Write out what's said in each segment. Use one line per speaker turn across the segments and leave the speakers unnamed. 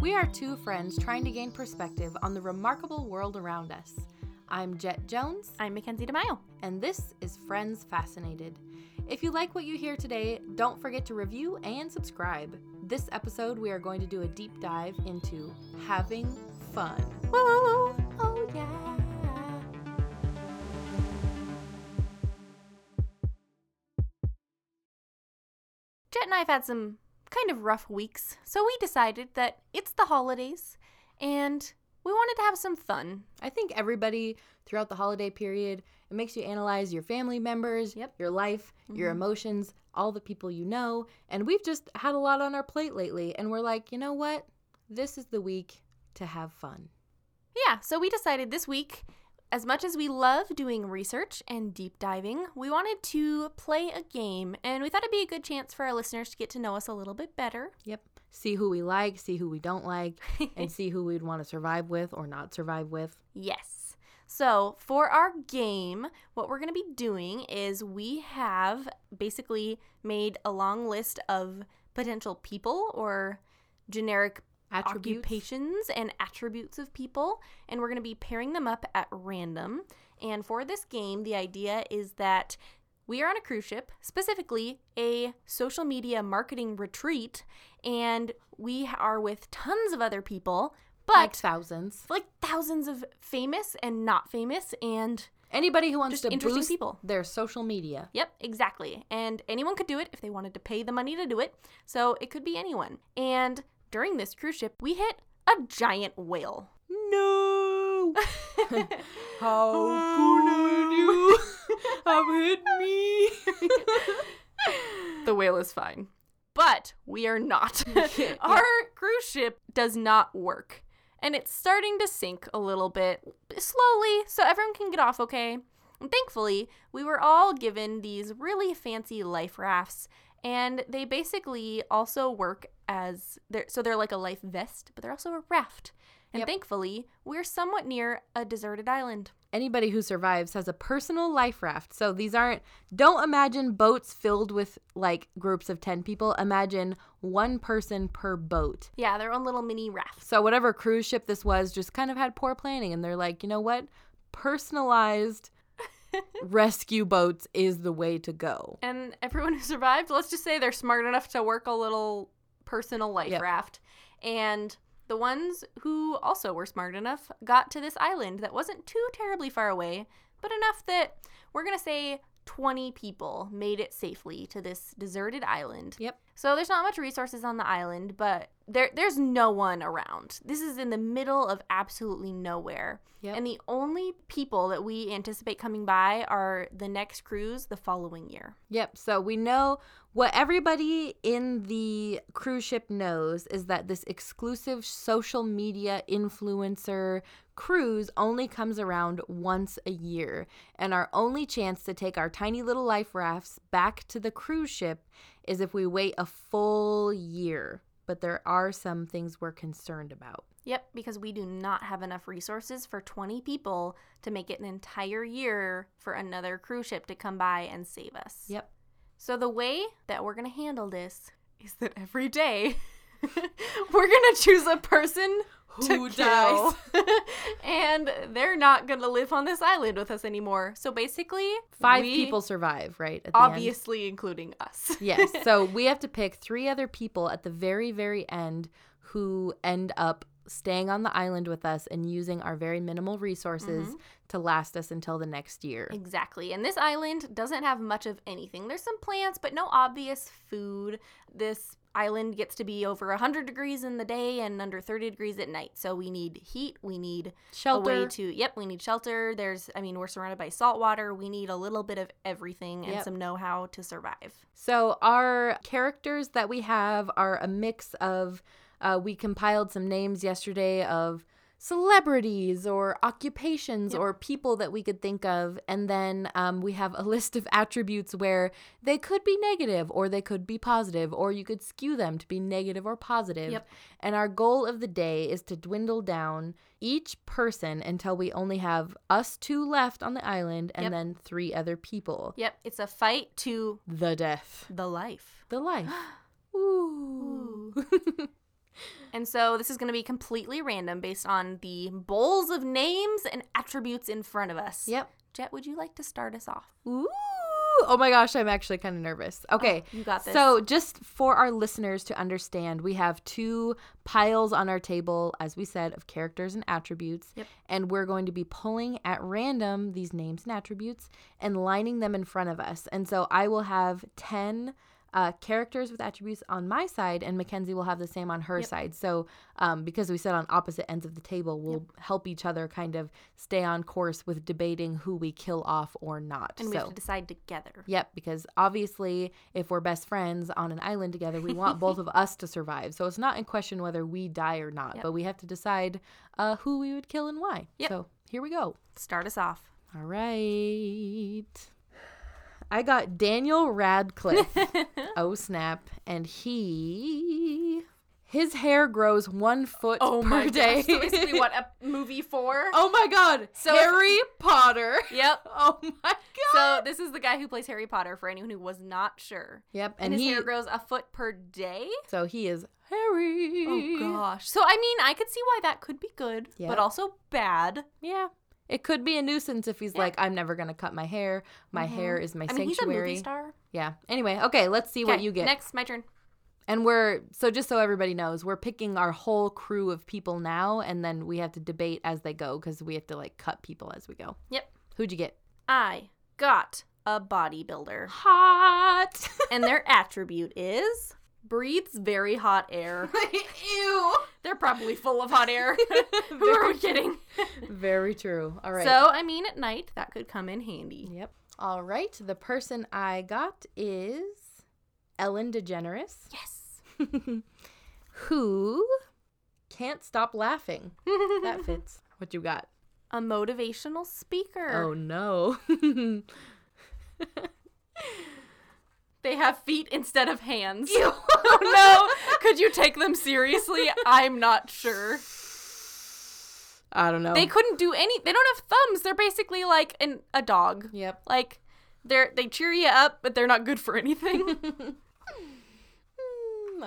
We are two friends trying to gain perspective on the remarkable world around us. I'm Jet Jones,
I'm Mackenzie DeMaio.
and this is Friends Fascinated. If you like what you hear today, don't forget to review and subscribe. This episode, we are going to do a deep dive into having fun. Woo! Oh, yeah!
Jet and I have had some kind of rough weeks, so we decided that it's the holidays and we wanted to have some fun.
I think everybody throughout the holiday period, it makes you analyze your family members,
Yep. Mm-hmm.
your life, your emotions, all the people you know. And we've just had a lot on our plate lately. And we're like, you know what? This is the week to have fun.
Yeah, so we decided this week, as much as we love doing research and deep diving, we wanted to play a game and we thought it'd be a good chance for our listeners to get to know us a little bit better.
Yep. See who we like, see who we don't like, and see who we'd want to survive with or not survive with.
Yes. So, for our game, what we're going to be doing is we have basically made a long list of potential people or generic
Attributes.
occupations and attributes of people, and we're going to be pairing them up at random. And for this game, the idea is that we are on a cruise ship, specifically a social media marketing retreat, and we are with tons of other people, but
Like thousands.
like thousands of famous and not famous and
Anybody who wants
Just
to
interesting
boost
people.
their social media.
yep exactly and anyone could do it if they wanted to pay the money to do it so it could be anyone and during this cruise ship we hit a giant whale
No. How could you have hit me?
the whale is fine but we are not our cruise ship does not work and it's starting to sink a little bit slowly so everyone can get off okay And thankfully, we were all given these really fancy life rafts, and they basically also work as they're so they're like a life vest, but they're also a raft. And
Yep.
thankfully, we're somewhat near a deserted island.
Anybody who survives has a personal life raft. So these aren't, don't imagine boats filled with like groups of 10 people. Imagine one person per boat.
Yeah, their own little mini rafts.
So whatever cruise ship this was just kind of had poor planning. And they're like, you know what? Personalized rescue boats is the way to go.
And everyone who survived, let's just say they're smart enough to work a little personal life
Yep.
raft. And the ones who also were smart enough got to this island that wasn't too terribly far away, but enough that we're going to say 20 people made it safely to this deserted island.
Yep.
So there's not much resources on the island, but there there's no one around. This is in the middle of absolutely nowhere.
Yep.
And the only people that we anticipate coming by are the next cruise the following year.
Yep. So we know what everybody in the cruise ship knows is that this exclusive social media influencer cruise only comes around once a year. And our only chance to take our tiny little life rafts back to the cruise ship is if we wait a full year. But there are some things we're concerned about.
Yep, because we do not have enough resources for 20 people to make it an entire year for another cruise ship to come by and save us.
Yep.
So the way that we're going to handle this is that every day we're going to choose a person
Who
to kill. and they're not going to live on this island with us anymore. So basically,
Five
we-
people survive, right? at the end?
obviously including us.
Yes. So we have to pick three other people at the very, very end who end up staying on the island with us and using our very minimal resources to last us until the next year.
Exactly. And this island doesn't have much of anything. There's some plants, but no obvious food. This island gets to be over 100 degrees in the day and under 30 degrees at night. So we need heat, we need a way
Shelter.
to Yep, we need shelter. There's I mean, we're surrounded by salt water. We need a little bit of everything and
Yep.
some know-how to survive.
So our characters that we have are a mix of uh, we compiled some names yesterday of celebrities or occupations
Yep.
or people that we could think of and then um, we have a list of attributes where they could be negative or they could be positive or you could skew them to be negative or positive
Yep.
and our goal of the day is to dwindle down each person until we only have us two left on the island and
Yep.
then three other people
Yep, it's a fight to
the death
the life.
the life. Ooh.
And so this is going to be completely random based on the bowls of names and attributes in front of us.
Yep.
Jet, would you like to start us off?
Ooh. Oh my gosh, I'm actually kind of nervous. Okay.
You got this.
So, just for our listeners to understand, we have two piles on our table, as we said, of characters and attributes.
Yep.
And we're going to be pulling at random these names and attributes and lining them in front of us. And so, I will have 10 uh, characters with attributes on my side, and Mackenzie will have the same on her
Yep.
side. So, um, because we sit on opposite ends of the table, we'll help each other kind of stay on course with debating who we kill off or not.
and
so.
we have to decide together.
Yep, because obviously, if we're best friends on an island together, we want both of us to survive. So it's not in question whether we die or not,
Yep.
but we have to decide uh, who we would kill and why.
Yep.
So here we go.
Start us off.
All right. I got Daniel Radcliffe. oh, snap. And he. His hair grows one foot
Oh
per day.
So basically, what a movie for?
oh my god.
So if-
Harry Potter.
Yep.
Oh my god.
So this is the guy who plays Harry Potter. For anyone who was not sure,
yep.
and,
And,
his
he.
hair grows a foot per day.
So he is Harry.
Oh gosh. So I mean, I could see why that could be good,
Yep.
but also bad.
Yeah. It could be a nuisance if he's
Yeah. Mm-hmm.
like, I'm never gonna cut my hair. My hair is my
I mean, he's a
sanctuary.
movie star.
Yeah. Anyway, okay, let's see what
Okay,
you get.
Next, my turn.
And we're so just so everybody knows, we're picking our whole crew of people now, and then we have to debate as they go because we have to like cut people as we go.
Yep.
Who'd you get?
I got a bodybuilder,
Hot.
and their attribute is breathes very hot air.
Ew.
They're probably full of hot air. who are we kidding?
Very true. All right.
So I mean, at night that could come in handy.
Yep. All right. The person I got is Ellen DeGeneres.
Yes.
who can't stop laughing. That fits. What you got?
a motivational speaker.
Oh no.
They have feet instead of hands.
oh
no, could you take them seriously? I'm not sure.
I don't know.
They couldn't do any. They don't have thumbs. They're basically like an a dog.
yep.
Like they're they cheer you up, but they're not good for anything.
Mm,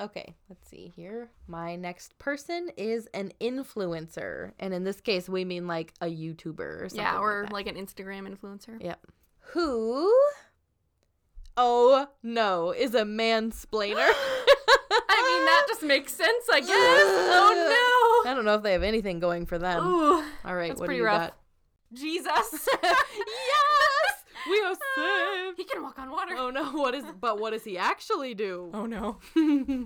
Okay, let's see here. My next person is an influencer, and in this case, we mean like a YouTuber or something.
yeah, or
like,
like an Instagram influencer.
that. yep. Who? Oh no, is a mansplainer.
I mean, that just makes sense, I guess. oh
I don't know if they have anything going for
no.
them.
Ooh,
All right,
that's
what do
pretty
you
rough.
got?
Jesus. yes.
We are saved.
He can walk on water.
Oh no, what is but what does he actually do?
oh no.
I'm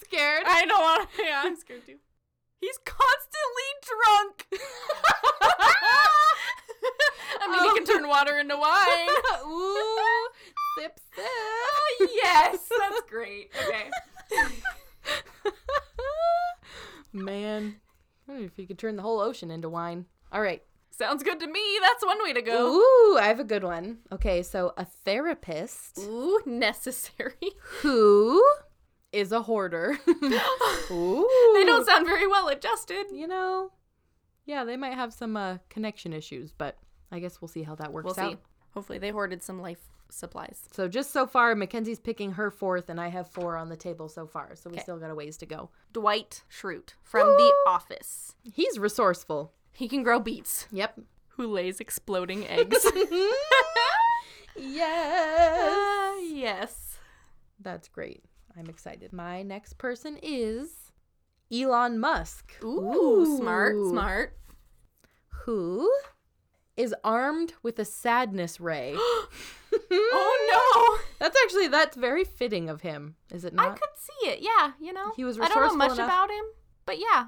scared.
I don't want to. Yeah, I'm scared too. He's constantly drunk. I mean, he can turn water into wine.
Ooh. Sip sip.
yes, that's great. Okay.
Man. I wonder if you could turn the whole ocean into wine. All right.
Sounds good to me. That's one way to go.
Ooh, I have a good one. Okay, so a therapist
Ooh, necessary.
who is a hoarder. Ooh.
they don't sound very well adjusted.
you know, yeah, they might have some uh, connection issues, but I guess we'll see how that works
We'll
out.
see. Hopefully, they hoarded some life supplies.
So just so far, Mackenzie's picking her fourth, and I have four on the table so far. So we
Okay.
still got a ways to go.
Dwight Schrute from The Office.
He's resourceful.
He can grow beets.
Yep.
Who lays exploding eggs?
yes.
Uh, yes.
That's great. I'm excited. My next person is Elon Musk.
Ooh, smart,
Ooh.
smart.
Who is armed with a sadness ray.
Oh
That's actually that's very fitting of him, is it
no! I
not?
could see it. Yeah, you know.
He was
I don't know
resourceful
much
enough.
about him, but yeah,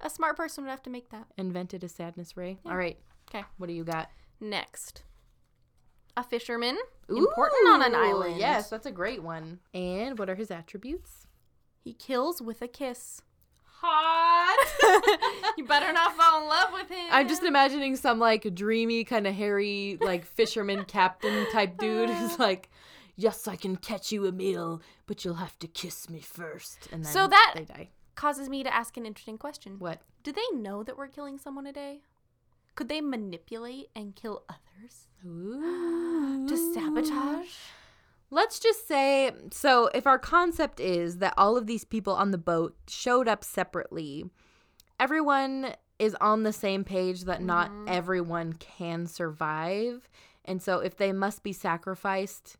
a smart person would have to make that.
Invented a sadness ray. All right.
'Kay.
What do you got?
Next, a fisherman, important on an
Ooh,
island.
Yes, that's a great one. And what are his attributes?
he kills with a kiss.
Hot.
You better not fall in love with him.
I'm just imagining some like dreamy, kind of hairy, like fisherman captain type dude who's like, "Yes, I can catch you a meal, but you'll have to kiss me first. And then
So that-
they die.
causes me to ask an interesting question.
What?
Do they know that we're killing someone a day? Could they manipulate and kill others
Ooh.
to sabotage?
Let's just say so if our concept is that all of these people on the boat showed up separately, everyone is on the same page that not
Mhm.
everyone can survive. And so if they must be sacrificed,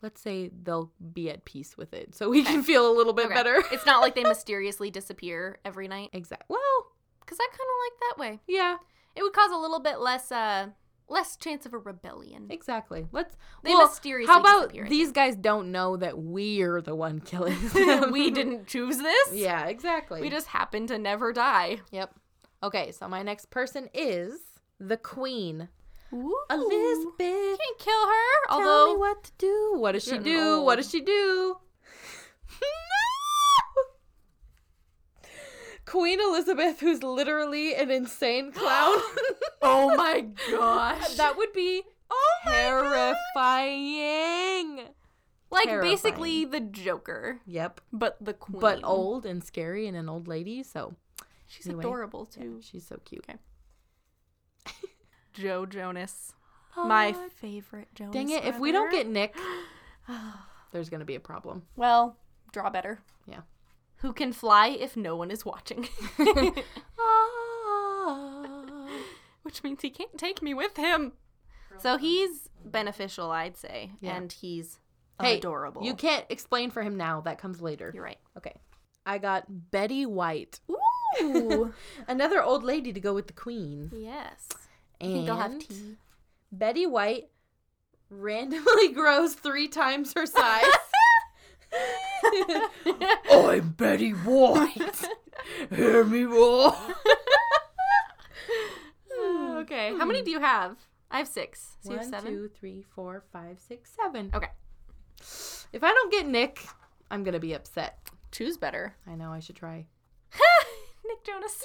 let's say they'll be at peace with it. So we can feel a little bit
Okay.
better.
It's not like they mysteriously disappear every night.
Exact. Well,
Because I kind of like that way.
yeah,
It would cause a little bit less uh less chance of a rebellion.
exactly. Let's
They
well,
mysteriously
How about
disappear, I
these guys don't know that we're the one killing
think.
them?
we didn't choose this.
Yeah, exactly.
We just happened to never die.
Yep. Okay, so my next person is the Queen,
Ooh.
Elizabeth.
Can't kill her.
Although,
Although
what to do? Oh. What does she
Getting
do? What
old.
does she do? Queen Elizabeth, who's literally an insane clown.
Oh my gosh.
that would be terrifying.
like
terrifying.
basically the Joker,
Yep.
but the queen.
But old and scary and an old lady, so
She's
Anyway,
adorable
yeah,
too.
she's so cute.
Joe Jonas. Ah, my
Aw,
favorite Jonas.
dang it! If we don't
brother.
get Nick, there's gonna be a problem.
well, draw better.
Yeah.
Who can fly if no one is watching?
Ah.
Which means he can't take me with him. So he's beneficial, I'd say,
Yeah.
and he's
Hey,
adorable.
You can't explain for him now. That comes later.
You're right.
Okay. I got Betty White,
Ooh.
another old lady to go with the queen.
yes. I
And
think I'll have tea.
Betty White randomly grows three times her size. I'm Betty White. Hear me roar.
Oh, okay. How many do you have? I have six. So you have
One,
seven?
two, three, four, five, six, seven.
Okay.
If I don't get Nick, I'm gonna be upset.
Choose better.
I know I should try.
Nick Jonas.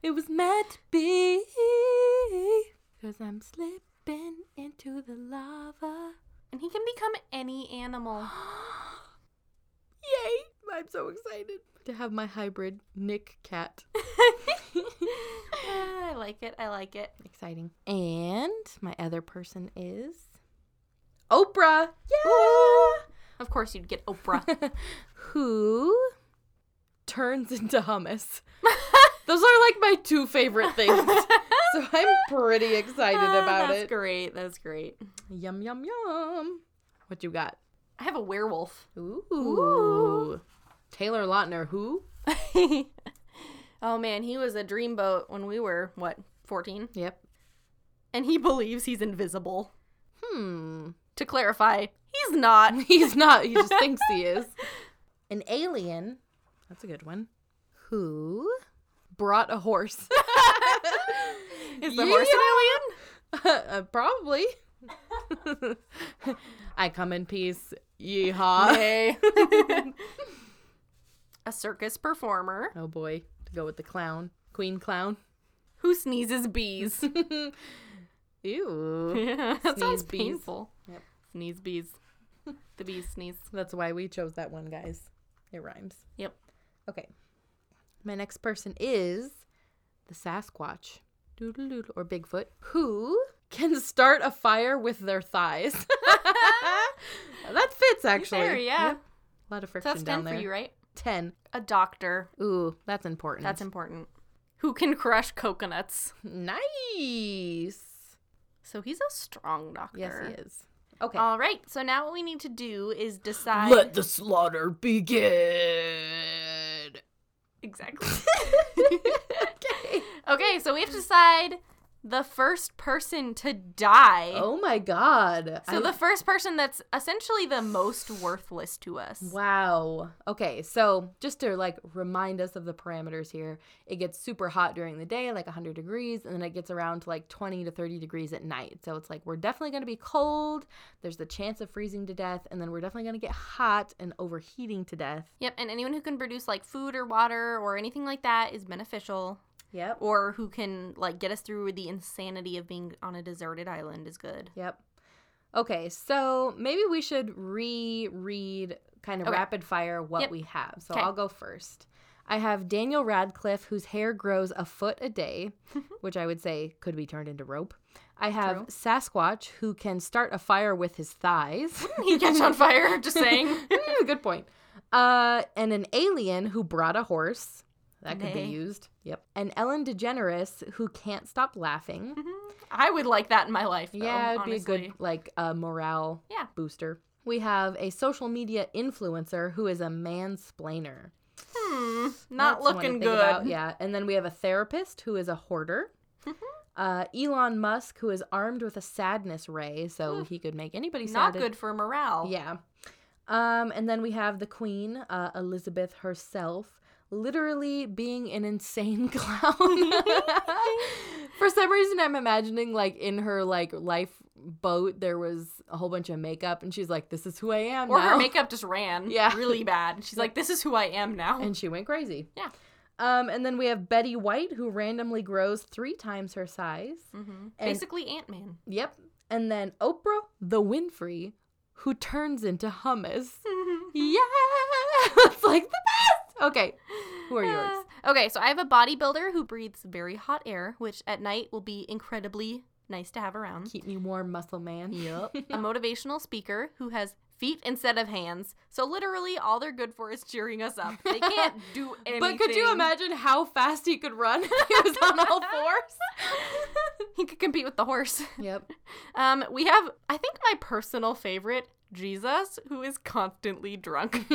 It was meant to be. Cause I'm slipping into the lava.
And he can become any animal.
Yay! I'm so excited to have my hybrid Nick cat.
I like it. I like it.
Exciting. And my other person is Oprah.
Of course, you'd get Oprah.
Yeah. Who turns into hummus. Those are like my two favorite things. so I'm pretty excited
Ah,
about
that's
it.
great. That's great.
Yum yum yum. What you got?
I have a werewolf.
Ooh. Taylor Lautner, who?
oh man, he was a dreamboat when we were what fourteen,
Yep.
and he believes he's invisible.
Hmm.
To clarify, he's not.
He's not. He just thinks he is. An alien. That's a good one. Who brought a horse?
Is the horse an
uh, probably. I come in peace. Yeehaw.
alien? a circus performer
Oh boy. To go with the clown. Queen clown.
who sneezes bees.
Ew.
Yeah, that
Sneeze
sounds
bees.
painful.
Yep.
Sneeze bees. The bees sneeze.
That's why we chose that one, guys. It rhymes.
Yep.
Okay. My next person is the Sasquatch, doodle-doodle, or Bigfoot, who can start a fire with their thighs. that fits actually.
There, yeah.
Yep. A lot of friction
That's
down
10
there.
for you, right?
Ten.
A doctor.
Ooh, that's important.
That's important. Who can crush coconuts.
nice.
So he's a strong doctor.
Yes, he is. Okay.
All right. So now what we need to do is decide.
the slaughter begin.
Exactly. okay, so we have to decide the first person to die.
Oh my god.
So
I-
the first person that's essentially the most worthless to us.
Wow. Okay, so just to like remind us of the parameters here, it gets super hot during the day, like 100 degrees, and then it gets around to like 20 to 30 degrees at night. So it's like we're definitely going to be cold. There's the chance of freezing to death, and then we're definitely going to get hot and overheating to death.
Yep, and anyone who can produce like food or water or anything like that is beneficial.
Yep.
Or who can like get us through the insanity of being on a deserted island is good.
Yep. Okay, so maybe we should reread kind of
Okay.
rapid fire what
Yep.
we have. So
Okay.
I'll go first. I have Daniel Radcliffe, whose hair grows a foot a day, which I would say could be turned into rope. I have
True.
Sasquatch who can start a fire with his thighs.
he catch on fire. Just saying.
Mm, Good point. Uh, and an alien who brought a horse. That could
Nay.
be used. Yep. And Ellen DeGeneres who can't stop laughing.
Mm-hmm. I would like that in my life. Though,
yeah, it'd be a
honestly.
good like uh, morale
Yeah.
booster. We have a social media influencer who is a mansplainer.
Hmm,
That's one
not
to
looking
think
good. Mm-hmm.
about, Yeah. And then we have a therapist who is a hoarder. Uh, Elon Musk, who is armed with a sadness ray, so he could make anybody
Hmm. Not
sad.
good for morale.
Yeah. Um, and then we have the Queen, uh, Elizabeth herself, literally being an insane clown. For some reason, I'm imagining like in her like lifeboat, there was a whole bunch of makeup, and she's like, "This is who I am."
Or
now.
her makeup just ran
Yeah.
really bad. And She's like, this is who I am now.
and she went crazy.
Yeah.
Um, and then we have Betty White, who randomly grows three times her size.
Mhm.
and-
Basically, Ant Man.
Yep. And then Oprah the Winfrey, who turns into hummus. yeah, it's like the best. Okay, who are yours?
Uh, okay, so I have a bodybuilder who breathes very hot air, which at night will be incredibly nice to have around.
Keep me warm, muscle man. Yep.
a motivational speaker who has feet instead of hands. So literally, all they're good for is cheering us up. They can't do anything.
But could you imagine how fast he could run if he was on all fours?
he could compete with the horse.
yep.
Um, we have, I think, my personal favorite, Jesus, who is constantly drunk.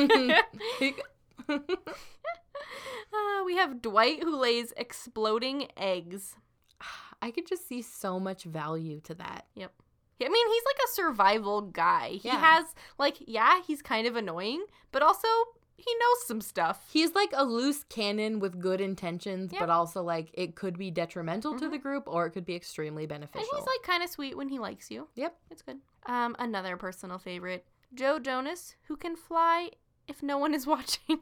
Uh, we have Dwight, who lays exploding eggs.
I could just see so much value to that.
Yep. I mean, he's like a survival guy. He
Yeah.
has, like, yeah, he's kind of annoying, but also he knows some stuff.
He's like a loose cannon with good intentions,
Yep.
but also like it could be detrimental to the group or it could be extremely beneficial.
Mm-hmm. And he's like kind of sweet when he likes you.
Yep.
It's good. Um, another personal favorite, Joe Jonas, who can fly if no one is watching.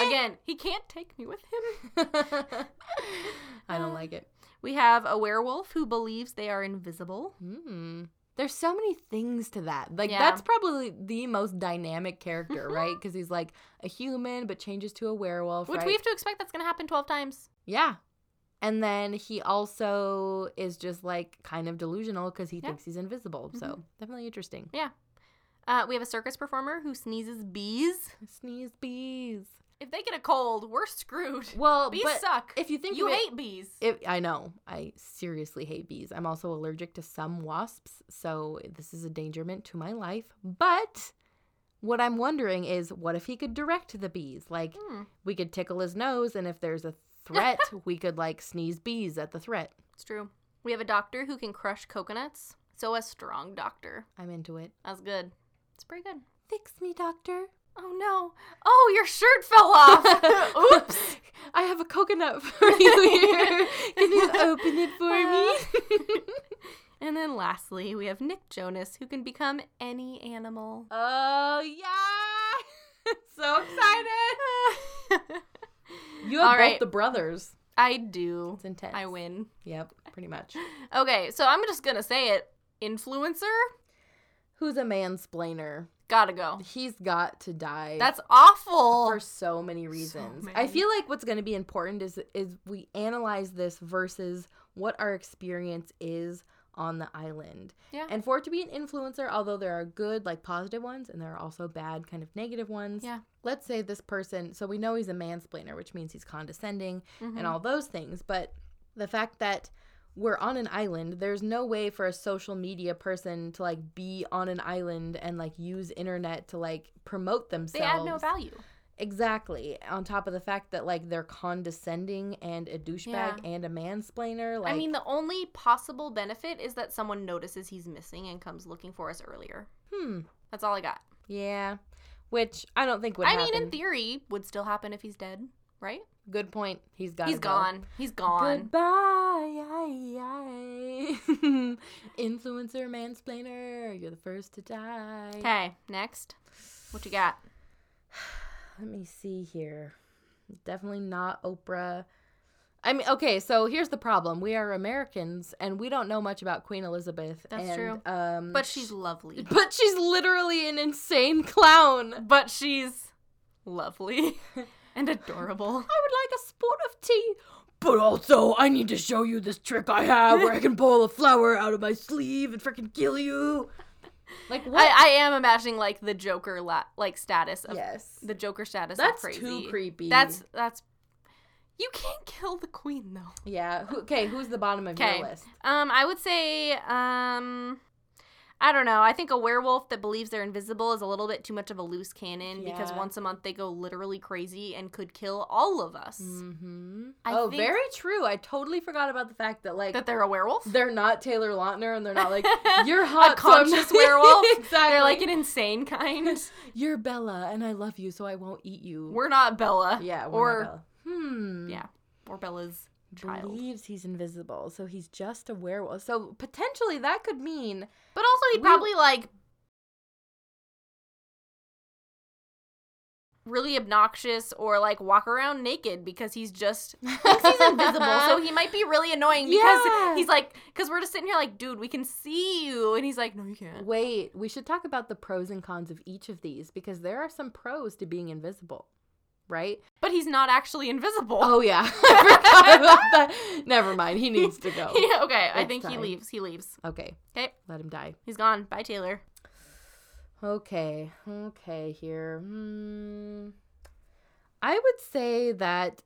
Again, he can't take me with him.
I don't
Uh,
like it.
We have a werewolf who believes they are invisible.
Mm. There's so many things to that. Like
Yeah. Mm-hmm.
that's probably the most dynamic character, right? Because he's like a human but changes to a werewolf,
Which
right?
we have to expect that's going to happen 12 times.
yeah. And then he also is just like kind of delusional because he
Yeah. Mm-hmm.
thinks he's invisible. So definitely interesting.
Uh, we have a circus performer who sneezes bees.
Sneeze bees.
If they get a cold, we're screwed.
Well,
Bees
but
suck.
if you think
you
of it-
hate bees.
It, I know. I seriously hate bees. I'm also allergic to some wasps, so this is a endangerment to my life. But what I'm wondering is what if he could direct the bees? Like,
Hmm.
we could tickle his nose, and if there's a threat, we could, like, sneeze bees at the threat.
It's true. We have a doctor who can crush coconuts. So a strong doctor.
I'm into it.
That's good. It's pretty good.
Fix me, doctor.
Oh no. Oh, your shirt fell off. Oops.
I have a coconut for you here. Can you open it for me?
Uh. And then lastly, we have Nick Jonas who can become any animal.
oh, yeah! so
excited.
You
All
have both
right.
the brothers.
I do.
It's intense.
I win.
Yep, pretty much.
Okay, so I'm just going to say it. Influencer?
Who's a mansplainer?
Got to go.
He's got to die.
That's awful.
for so many reasons. I
many.
feel like what's going to be important is is we analyze this versus what our experience is on the island.
Yeah.
And for it to be an influencer, although there are good like positive ones and there are also bad kind of negative ones.
Yeah.
Let's say this person, so we know he's a mansplainer, which means he's condescending
Mhm.
and all those things, but the fact that we're on an island, there's no way for a social media person to like be on an island and like use internet to like promote
they
themselves.
add no value.
Exactly. On top of the fact that like they're condescending and a douchebag and a mansplainer, like
I mean, the only possible benefit is that someone notices he's missing and comes looking for us earlier.
hmm,
That's all I got.
yeah, which I don't think would.
I
happen.
mean, in theory, would still happen if he's dead, right?
good point. He's got.
He's gone. He's gone.
Goodbye, aye, aye. influencer mansplainer. You're the first to die.
Okay, next. What you got?
Let me see here. Definitely not Oprah. I mean, okay, so here's the problem. We are Americans and we don't know much about Queen Elizabeth.
That's
and,
true.
Um,
But she's lovely.
But she's literally an insane clown. I
But she's lovely and adorable.
would like a spot of tea. but also I need to show you this trick I have where I can pull a flower out of my sleeve and freaking kill you. Like what?
I, I am imagining like the Joker la- like status of
yes.
the Joker status. of
That's
crazy.
too creepy.
That's that's. You can't kill the queen though.
yeah. Who, okay, who's the bottom of
'Kay.
your list?
Um, I would say, um, I don't know. I think a werewolf that believes they're invisible is a little bit too much of a loose cannon because
Yeah.
once a month they go literally crazy and could kill all of us.
Mm-hmm.
I
oh,
think-
very true. I totally forgot about the fact that like
That they're a werewolf.
they're not Taylor Lautner and they're not like you're hot so I'm not-"
conscious werewolf.
exactly.
They're like an insane kind.
you're Bella and I love you so I won't eat you.
We're not Bella.
yeah. We're
or
not Bella. Hmm.
yeah, or Bella's child.
believes he's invisible, so he's just a werewolf. So potentially that could mean
But also, he
We-
probably like really obnoxious or like walk around naked because he's just thinks he's invisible. So he might be really annoying because
Yeah.
he's like, because we're just sitting here like, dude, we can see you, and he's like, no, you can't.
Wait, we should talk about the pros and cons of each of these because there are some pros to being invisible, right?
But he's not actually invisible.
Oh yeah, I forgot about that. Never mind. He needs to go.
Yeah, okay, I
It's
think he
fine.
leaves. He leaves.
Okay,
Okay,
let him die.
he's gone. Bye, Taylor.
Okay, okay. Here, hmm. I would say that.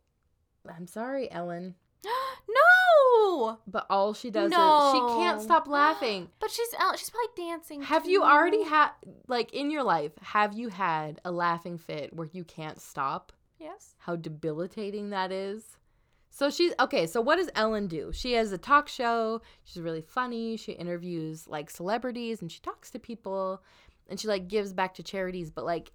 I'm sorry, Ellen,
no,
but all she does is she
No.
can't stop laughing.
but she's out. She's probably dancing.
Have you
too.
already had, like, in your life, have you had a laughing fit where you can't stop?
Yes.
How debilitating that is. So she's okay. So what does Ellen do? She has a talk show. She's really funny. She interviews like celebrities and she talks to people, and she like gives back to charities. But like,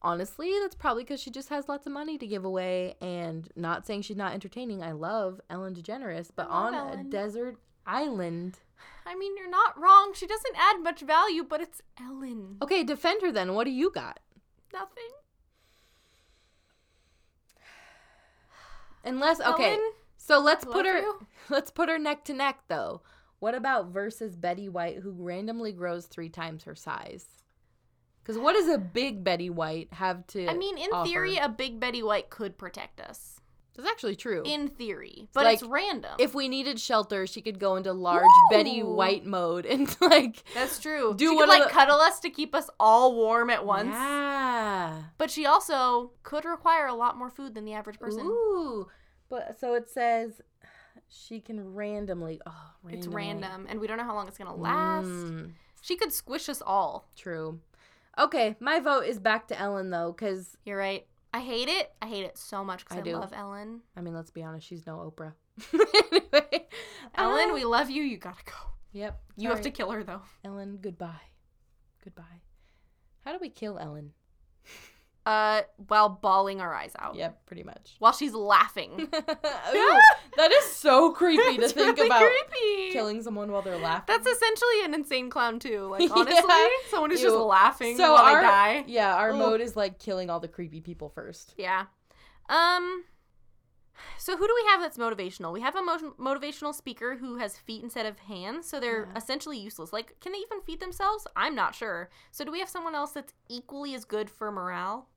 honestly, that's probably because she just has lots of money to give away. And not saying she's not entertaining. I love Ellen DeGeneres, but
I
on
love
a
Ellen.
desert island.
I mean, you're not wrong. She doesn't add much value, but it's Ellen.
Okay, defend her then. What do you got?
Nothing.
Unless okay,
Ellen,
so let's
I
put
love
her
you.
let's put her neck to neck though. What about versus Betty White who randomly grows three times her size? Because what does a big Betty White have to?
I mean, in
offer?
theory, uh, a big Betty White could protect us.
that's actually true.
In theory, but it's
like,
random.
if we needed shelter, she could go into large Betty
No.
White mode and like
that's true,
Do
she
one
could
of
like
the-
cuddle us to keep us all warm at once.
Yeah.
But she also could require a lot more food than the average person.
Ooh, but so it says she can randomly. Oh, randomly.
It's random, and we don't know how long it's gonna last.
Mm.
She could squish us all.
True. Okay, my vote is back to Ellen though, because
You're right. I hate it. I hate it so much because
I
I,
do.
love Ellen.
I mean, let's be honest, she's no Oprah. anyway,
Ellen,
uh,
we love you. You gotta go.
Yep.
You have to kill her though.
Ellen, goodbye. Goodbye. How do we kill Ellen?
Uh, while bawling our eyes out.
Yep, pretty much.
While she's laughing.
Ooh, that is so creepy to
It's
think
really
about
creepy.
killing someone while they're laughing.
That's essentially an insane clown too. Like
Yeah.
honestly, someone is just
Ew.
laughing while
our
I die.
yeah, our
Ugh.
mode is like killing all the creepy people first.
Yeah. Um. So who do we have that's motivational? We have a mo- motivational speaker who has feet instead of hands, so they're
Yeah.
essentially useless. Like, can they even feed themselves? I'm not sure. So do we have someone else that's equally as good for morale?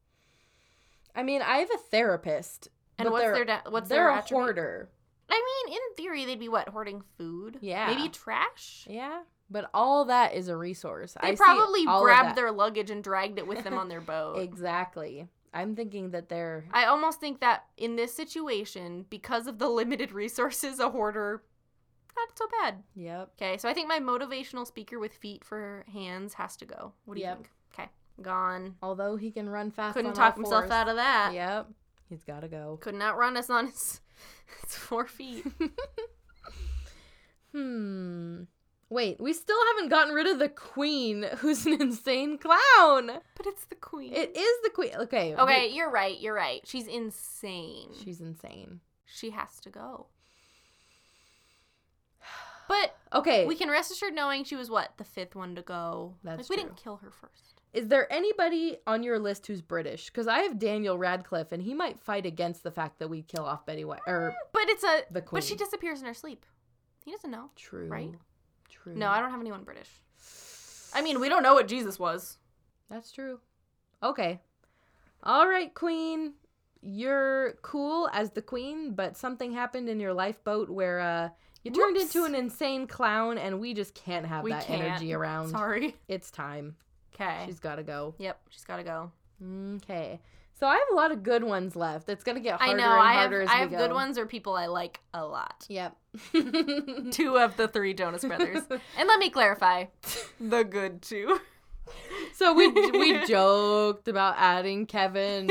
I mean, I have a therapist.
And
but
what's
they're-
their da- what's
they're
their
a
attribute?
hoarder.
I mean, in theory, they'd be what hoarding food.
Yeah.
Maybe trash.
Yeah, but all that is a resource.
They
I see
probably
all of
grabbed
that.
their luggage and dragged it with them on their boat.
Exactly. I'm thinking that they're
I almost think that in this situation, because of the limited resources, a hoarder, not so bad.
yep.
Okay, so I think my motivational speaker with feet for hands has to go. What do you
Yep.
think? Okay, gone.
Although he can run fast,
Couldn't
on
talk
all
himself
fours.
out of that.
Yep, he's got to go.
Could not run us on his, his four feet.
Hmm. Wait, we still haven't gotten rid of the queen, who's an insane clown.
but it's the queen.
It is the queen. Okay. we-
okay, you're right. You're right. She's insane.
she's insane.
she has to go. But
Okay.
we can rest assured knowing she was what the fifth one to go.
That's
like we
true.
didn't kill her first.
is there anybody on your list who's British? Because I have Daniel Radcliffe, and he might fight against the fact that we kill off Betty White. Or
But it's a
The
but she
queen.
disappears in her sleep. He doesn't know.
true.
Right?
True.
No, I don't have anyone British. I mean, we don't know what Jesus was.
That's true. Okay. All right, Queen. you're cool as the queen, but something happened in your lifeboat where uh, you turned
Whoops.
into an insane clown, and we just can't have
We
that
can't.
energy around.
Sorry.
It's time.
Okay.
She's got to go.
yep. She's gotta go.
Okay. So I have a lot of good ones left. It's gonna get harder
I know.
and
I have.
harder as
I
we
have
go.
good ones or people I like a lot.
Yep.
Two of the three Jonas Brothers, and let me clarify, the good two.
so we we joked about adding Kevin,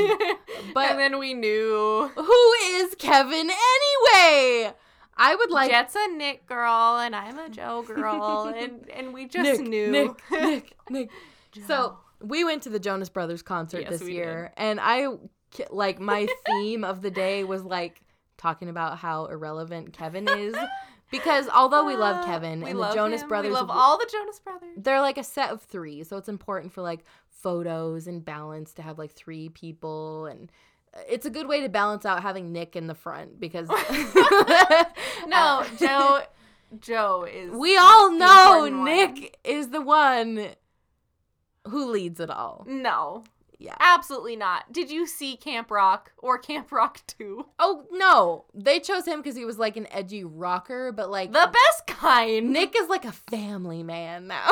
but
and then we knew
who is Kevin anyway? I would like
Jet's a Nick girl, and I'm a Joe girl, and and we just
Nick,
knew.
Nick, Nick, Nick. So
Joe.
we went to the Jonas Brothers concert
Yes,
this
we
year, and I ki- like my theme of the day was like talking about how irrelevant Kevin is because although we love
Uh,
Kevin
we
and
love
the Jonas
him.
Brothers,
we love all the Jonas Brothers.
they're like a set of three, so it's important for like photos and balance to have like three people and. uh, It's a good way to balance out having Nick in the front because
No,
Uh,
Joe. Joe is.
We all
the
know
important one.
Nick is the one who leads it all.
No.
Yeah.
Absolutely not. Did you see Camp Rock or Camp Rock 2?
Oh no, they chose him because he was like an edgy rocker, but like
The best kind.
Nick is like a family man now.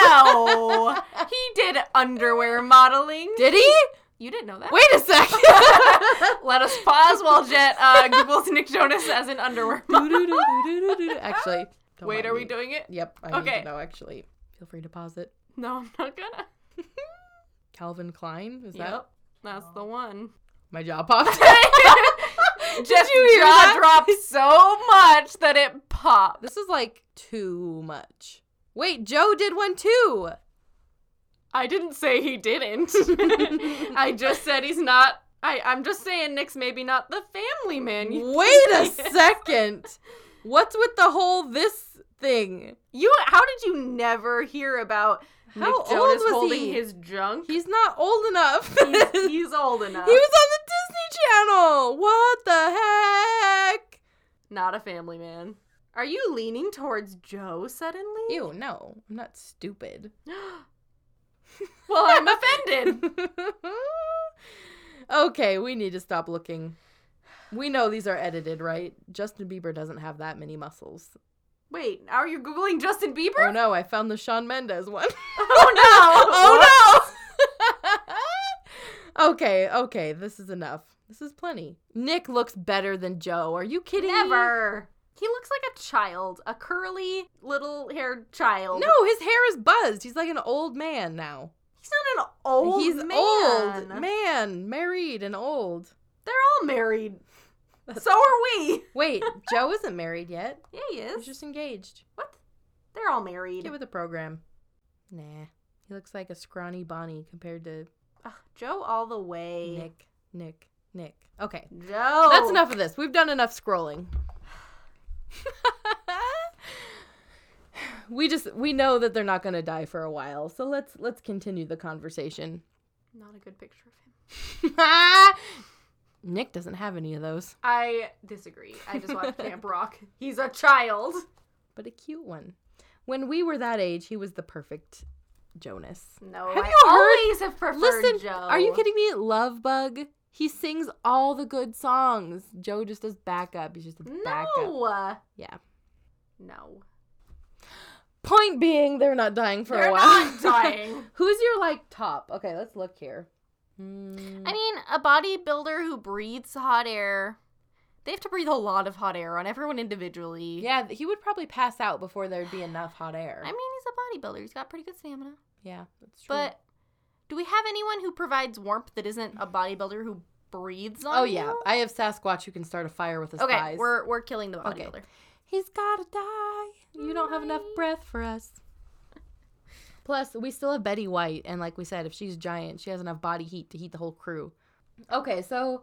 No. he did underwear modeling.
Did he?
you didn't know that?
Wait a second.
Let us pause while Jet uh, Googles Nick Jonas as an underwear model.
Do-do-do-do-do-do. actually, don't
Wait,
mind
are we
me.
doing it?
Yep. I okay. Need
Okay.
to know, actually, feel free to pause it.
No, I'm not gonna.
Calvin Klein is that? Oh.
Yep. That's the one.
My jaw popped.
Just jaw
that?
dropped so much that it popped.
this is like too much. Wait, Joe did one too.
I didn't say he didn't. I just said he's not. I, I'm just saying Nick's maybe not the family man. You,
Wait a
Yes.
second. What's with the whole this thing?
you how did you never hear about
How
Nick
old
Jonas
was
holding
he?
his junk?
He's not old enough.
He's,
he
he's old enough.
was on the Disney Channel. What the heck?
not a family man. Are you leaning towards Joe suddenly?
Ew, no. I'm not stupid.
Well, I'm offended.
okay, we need to stop looking. We know these are edited, right? Justin Bieber doesn't have that many muscles.
Wait, are you googling Justin
Oh
Bieber?
no, I found the Shawn Mendes one.
Oh no!
oh no! okay, okay, this is enough. This is plenty. Nick looks better than Joe. Are you kidding? me?
Never. He looks like a child, a curly little haired child.
No, his hair is buzzed. He's like an old man now.
he's not an old
He's
man.
old man, married and old.
They're all married. so are we.
Wait, Joe isn't married yet.
Yeah, he
He's
is.
just engaged.
What? They're all married.
Get with the program. Nah, he looks like a scrawny Bonnie compared to
Ugh, Joe all the way.
Nick. Nick. Nick. Okay,
Joe.
that's enough of this. We've done enough scrolling. we just we know that they're not going to die for a while, so let's let's continue the conversation.
Not a good picture of him.
Nick doesn't have any of those.
I disagree. I just watched Camp Rock. He's a child.
but a cute one. When we were that age, he was the perfect Jonas.
No,
Have
I
you heard-
always have preferred
Listen,
Joe.
are you kidding me? Love Bug. He sings all the good songs. Joe just does backup. He's just a backup.
No.
Yeah.
No.
Point being, they're not dying for
They're
a while.
not dying.
Who's your like top? Okay, let's look here. Hmm.
I mean, a bodybuilder who breathes hot air, they have to breathe a lot of hot air on everyone individually.
yeah, he would probably pass out before there'd be enough hot air.
I mean, he's a bodybuilder. He's got pretty good stamina.
yeah, that's true.
But do we have anyone who provides warmth that isn't a bodybuilder who breathes on
oh yeah,
you?
I have Sasquatch who can start a fire with his
Okay,
thighs.
we're we're killing the
Okay.
bodybuilder.
He's gotta die. You don't have enough
Right.
breath for us. Plus, we still have Betty White, and like we said, if she's giant, she has enough body heat to heat the whole crew. Okay, so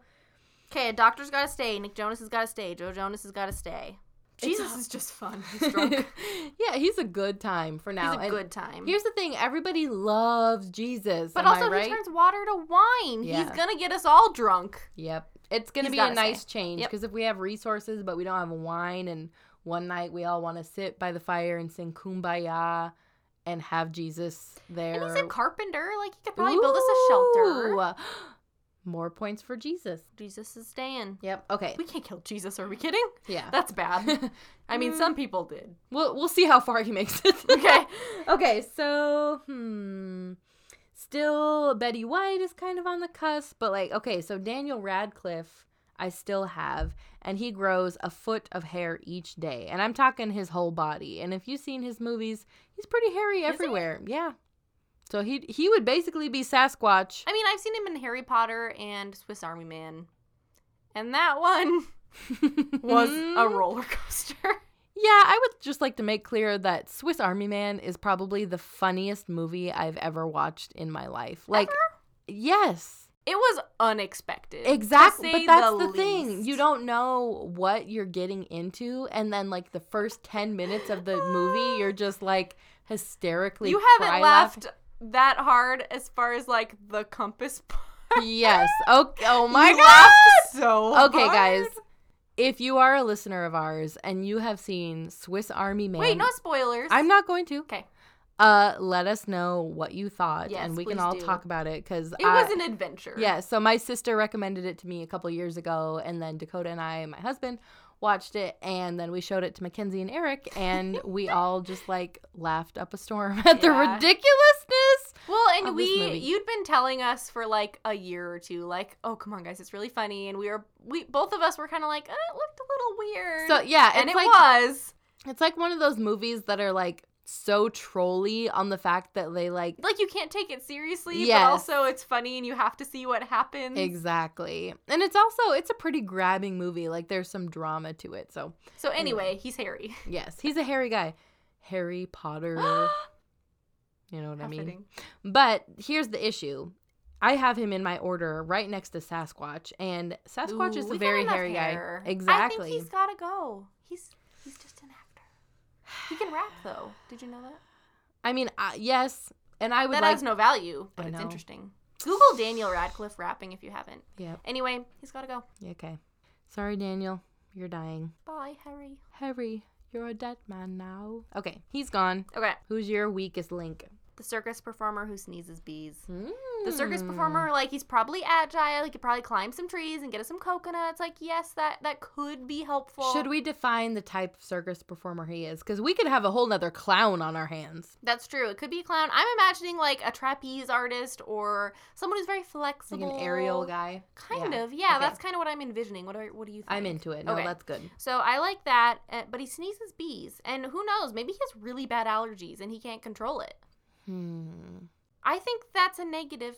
Okay, a doctor's got to stay. Nick Jonas has got to stay. Joe Jonas has got to stay. Jesus is just fun. He's drunk.
yeah, he's a good time for now.
He's a
And
good time.
Here's the thing: everybody loves Jesus,
but
am I
also,
right?
he turns water to wine.
Yeah.
He's gonna get us all drunk.
Yep, it's gonna
He's
be a
gotta
nice
stay.
change
Yep.
because if we have resources but we don't have wine, and one night we all want to sit by the fire and sing "Kumbaya" and have Jesus there.
And he's a carpenter. Like he could probably build us a shelter.
Ooh. More points for Jesus.
Jesus is staying.
Yep. Okay.
We can't kill Jesus. Are we kidding?
Yeah.
That's bad. I mean, some people did.
We'll we'll see how far he makes it.
Okay.
okay, so hmm. Still Betty White is kind of on the cusp, but like okay, so Daniel Radcliffe I still have and he grows a foot of hair each day. And I'm talking his whole body. And if you've seen his movies, he's pretty hairy everywhere. Yeah. So he he would basically be Sasquatch.
I mean, I've seen him in Harry Potter and Swiss Army Man, and that one was a
Mm-hmm. Hmm?
roller coaster.
Yeah, I would just like to make clear that Swiss Army Man is probably the funniest movie I've ever watched in my life. Like, yes,
It was unexpected. to
exactly. But
say
that's the, thing.
least.
You don't know what you're getting into. And then, like, the first 10 minutes of the movie, you're just like hysterically.
You haven't
cry
laughed that hard as far as like the compass part.
laughing. Yes. Okay. Oh my
You
God.
laughed So
Okay, guys.
hard.
If you are a listener of ours and you have seen Swiss Army Man.
Wait, no spoilers.
I'm not going to.
okay.
Uh, let us know what you thought,
Yes,
and we can
please
all
do.
talk about it because
It was an adventure.
Yeah, so my sister recommended it to me a couple years ago, and then Dakota and I, and my husband, watched it, and then we showed it to Mackenzie and Eric, and we all just like laughed up a storm at the
Yeah.
ridiculousness.
Well, and
of this
we
movie.
you'd been telling us for like a year or two, like, oh come on guys, it's really funny, and we were we both of us were kind of like, uh, it looked a little weird.
So yeah,
and
it's like
it was
it's like one of those movies that are like so trolly on the fact that they like
like you can't take it seriously,
Yes.
but also it's funny, and you have to see what happens.
exactly, and it's also it's a pretty grabbing movie. Like there's some drama to it. So
So anyway, he's hairy.
yes, he's a hairy guy, Harry Potter. you know what I
How
mean?
fitting.
But here's the issue. I have him in my order right next to Sasquatch, and Sasquatch
Ooh,
is
we
a
got
very
enough
hairy
hair.
guy.
I
Exactly.
think he's gotta go. He's he's just an actor. He can rap though. Did you know that?
I mean, I yes, and I would
That
like.
has no value, but
I
it's
know.
interesting. Google Daniel Radcliffe rapping if you haven't.
yeah.
Anyway, he's gotta go.
Okay. Sorry, Daniel. You're dying.
Bye, Harry.
Harry, you're a dead man now. Okay, he's gone.
Okay.
Who's your weakest link?
The circus performer who sneezes bees. The circus
Mm.
performer, like he's probably agile. He could probably climb some trees and get us some coconuts. Like, yes, that that could be helpful.
Should we define the type of circus performer he is? Because we could have a whole nother clown on our hands.
That's true. It could be a clown. I'm imagining like a trapeze artist or someone who's very
Like
flexible,
an aerial guy.
Kind
Yeah.
of, yeah.
Okay.
That's kind of what I'm envisioning. What are what do you? Think?
I'm into it. No,
Okay.
that's good.
So I like that, uh, but he sneezes bees, and who knows? Maybe he has really bad allergies and he can't control it.
Hmm.
I think that's a negative.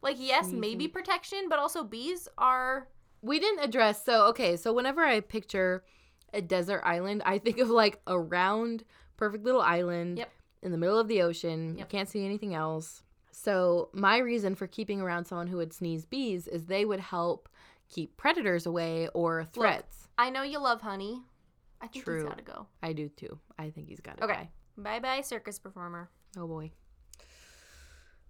Like, yes, maybe
Sneezing.
protection, but also bees are
we didn't address so okay so whenever i picture a desert island i think of like a round perfect little island
Yep.
in the middle of the ocean
Yep.
you can't see anything else so my reason for keeping around someone who would sneeze bees is they would help keep predators away or threats
I know you love honey. I think
True.
he's gotta go.
i do too i think he's got it
Okay. Bye bye, circus performer.
oh boy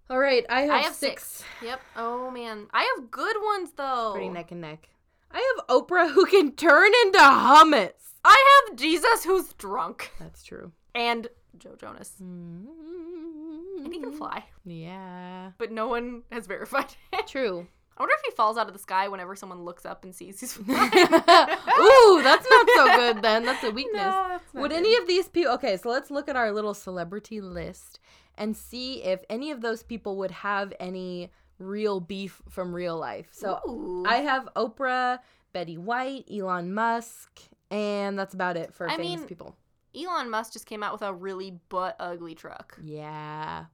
all right i have,
I have six. Yep. Oh man. I have good ones though.
pretty neck and neck i have oprah who can turn into hummus
I have Jesus who's drunk.
that's true
And Joe Jonas. And he can
mm
fly.
yeah
But no one has verified it.
True.
I wonder if he falls out of the sky whenever someone looks up and sees he's flying.
Ooh, that's not so good then. That's a weakness.
that's not
Would
good.
any of these people Okay, so let's look at our little celebrity list and see if any of those people would have any real beef from real life. So
Ooh.
I have Oprah, Betty White, Elon Musk, and that's about it for
I
famous
mean-
people.
Elon Musk just came out with a really butt ugly truck.
Yeah.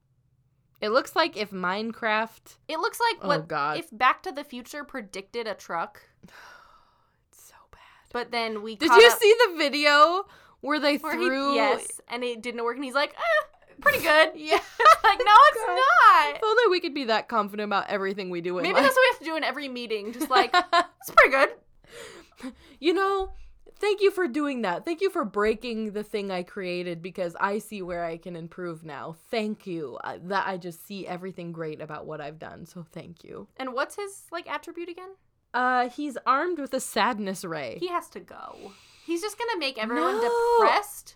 It looks like if Minecraft
It looks like
Oh,
what
God.
if Back to the Future predicted a truck,
it's so bad.
but then we
Did
caught
you
up-
see the video where they
where he-
threw
yes, and it didn't work, and he's like, eh, pretty good.
Yeah.
like, no, it's
God.
not.
If only we could be that confident about everything we do in
Maybe
life.
that's what we have to do in every meeting. Just like, it's pretty good.
you know, thank you for doing that. Thank you for breaking the thing I created because I see where I can improve now. Thank you. I, that I just see everything great about what I've done. So thank you.
And what's his like attribute again?
Uh, he's armed with a sadness ray.
He has to go. He's just gonna make everyone
No.
depressed,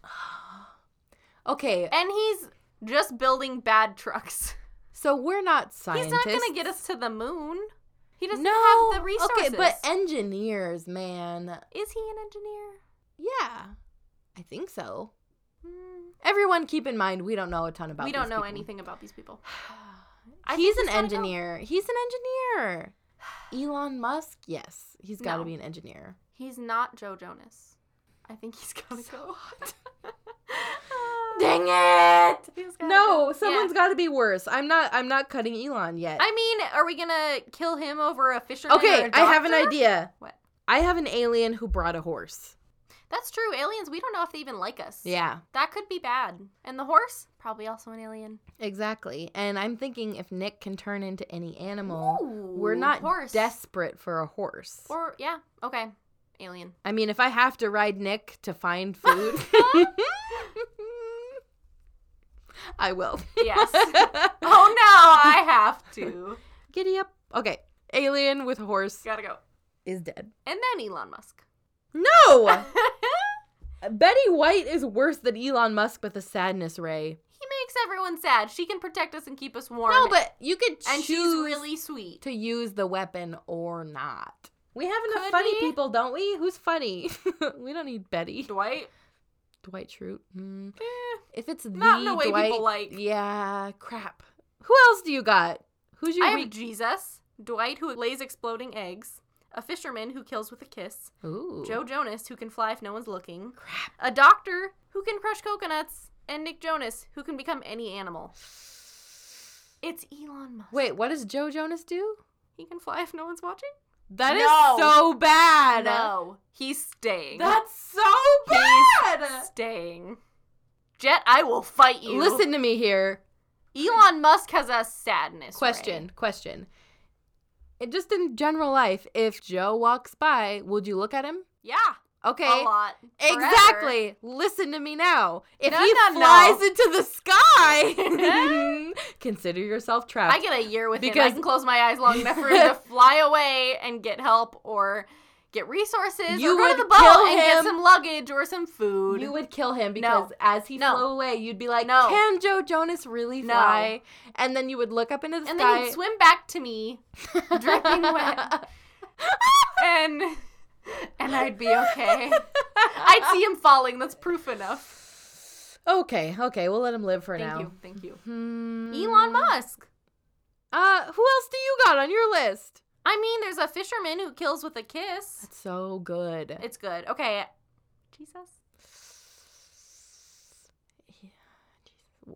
okay,
and he's just building bad trucks.
so we're not scientists.
He's not gonna get us to the moon. He doesn't
no.
have the resources.
Okay, but engineers, man.
is he an engineer?
Yeah, I think so.
Hmm.
Everyone, keep in mind, we don't know a ton about.
we don't
these
know
people.
anything about these people. I
He's an
think he's gotta go.
engineer. He's an engineer. Elon Musk, yes, he's got to
No.
be an engineer.
He's not Joe Jonas. I think he's gotta go.
Dang it!
He's gotta
No,
go.
someone's
Yeah.
got to be worse. I'm not. I'm not cutting Elon yet.
I mean, are we gonna kill him over a fisherman? or
okay,
a
I have an
doctor?
idea.
What?
I have an alien who brought a horse.
That's true. Aliens, we don't know if they even like us.
Yeah,
That could be bad. And the horse? Probably also an alien.
exactly. And I'm thinking if Nick can turn into any animal, we're
Ooh,
not
horse.
desperate for a horse.
Or yeah, okay. Alien.
I mean, if I have to ride Nick to find food, I will.
Yes. oh no, I have to.
Giddy up. Okay. Alien with horse
Gotta go.
is dead.
And then Elon Musk.
No!
he
Betty White is worse than Elon Musk with a sadness ray.
makes everyone sad. She can protect us and keep us warm.
No, but you could choose
and she's really sweet.
to use the weapon or not. We have enough
Could
funny
we?
people, don't we? Who's funny? we don't need Betty.
Dwight.
Dwight Schrute. Mm. If it's
Not
the
in a way people
Dwight,
like.
Yeah, crap. Who else do you got? Who's your
I have
weak?
Jesus, Dwight who lays exploding eggs, a fisherman who kills with a kiss,
Ooh.
Joe Jonas who can fly if no one's looking,
Crap.
a doctor who can crush coconuts, and Nick Jonas who can become any animal. It's Elon Musk.
Wait, what does Joe Jonas do?
He can fly if no one's watching?
That is
No.
so bad.
No. He's staying.
That's so
He's
bad.
staying. Jet, I will fight you.
Listen to me here.
Elon Musk has a sadness.
Question, question. It just in general life, if Joe walks by, would you look at him?
Yeah.
Okay.
A lot. Oh, Forever.
Exactly. Listen to me now. If
No,
he
no, no.
flies into the sky, consider yourself trapped.
I get a year with him. I
Because-
can close my eyes long enough for him to fly away and get help or get resources.
You
or go
would
to the boat
kill
and get
him.
some luggage or some food.
You would kill him because as he
No.
flew away, you'd be like,
No.
"Can Joe Jonas really
No.
fly?" And then you would look up into the
and then
sky.
he'd swim back to me, dripping wet, and and I'd be okay. I'd see him falling. That's proof enough.
okay, okay, we'll let him live for
Thank
now.
you. Thank you.
Hmm.
Elon Musk.
Uh, who else do you got on your list?
I mean, there's a fisherman who kills with a kiss.
That's so good.
It's good. Okay. Jesus.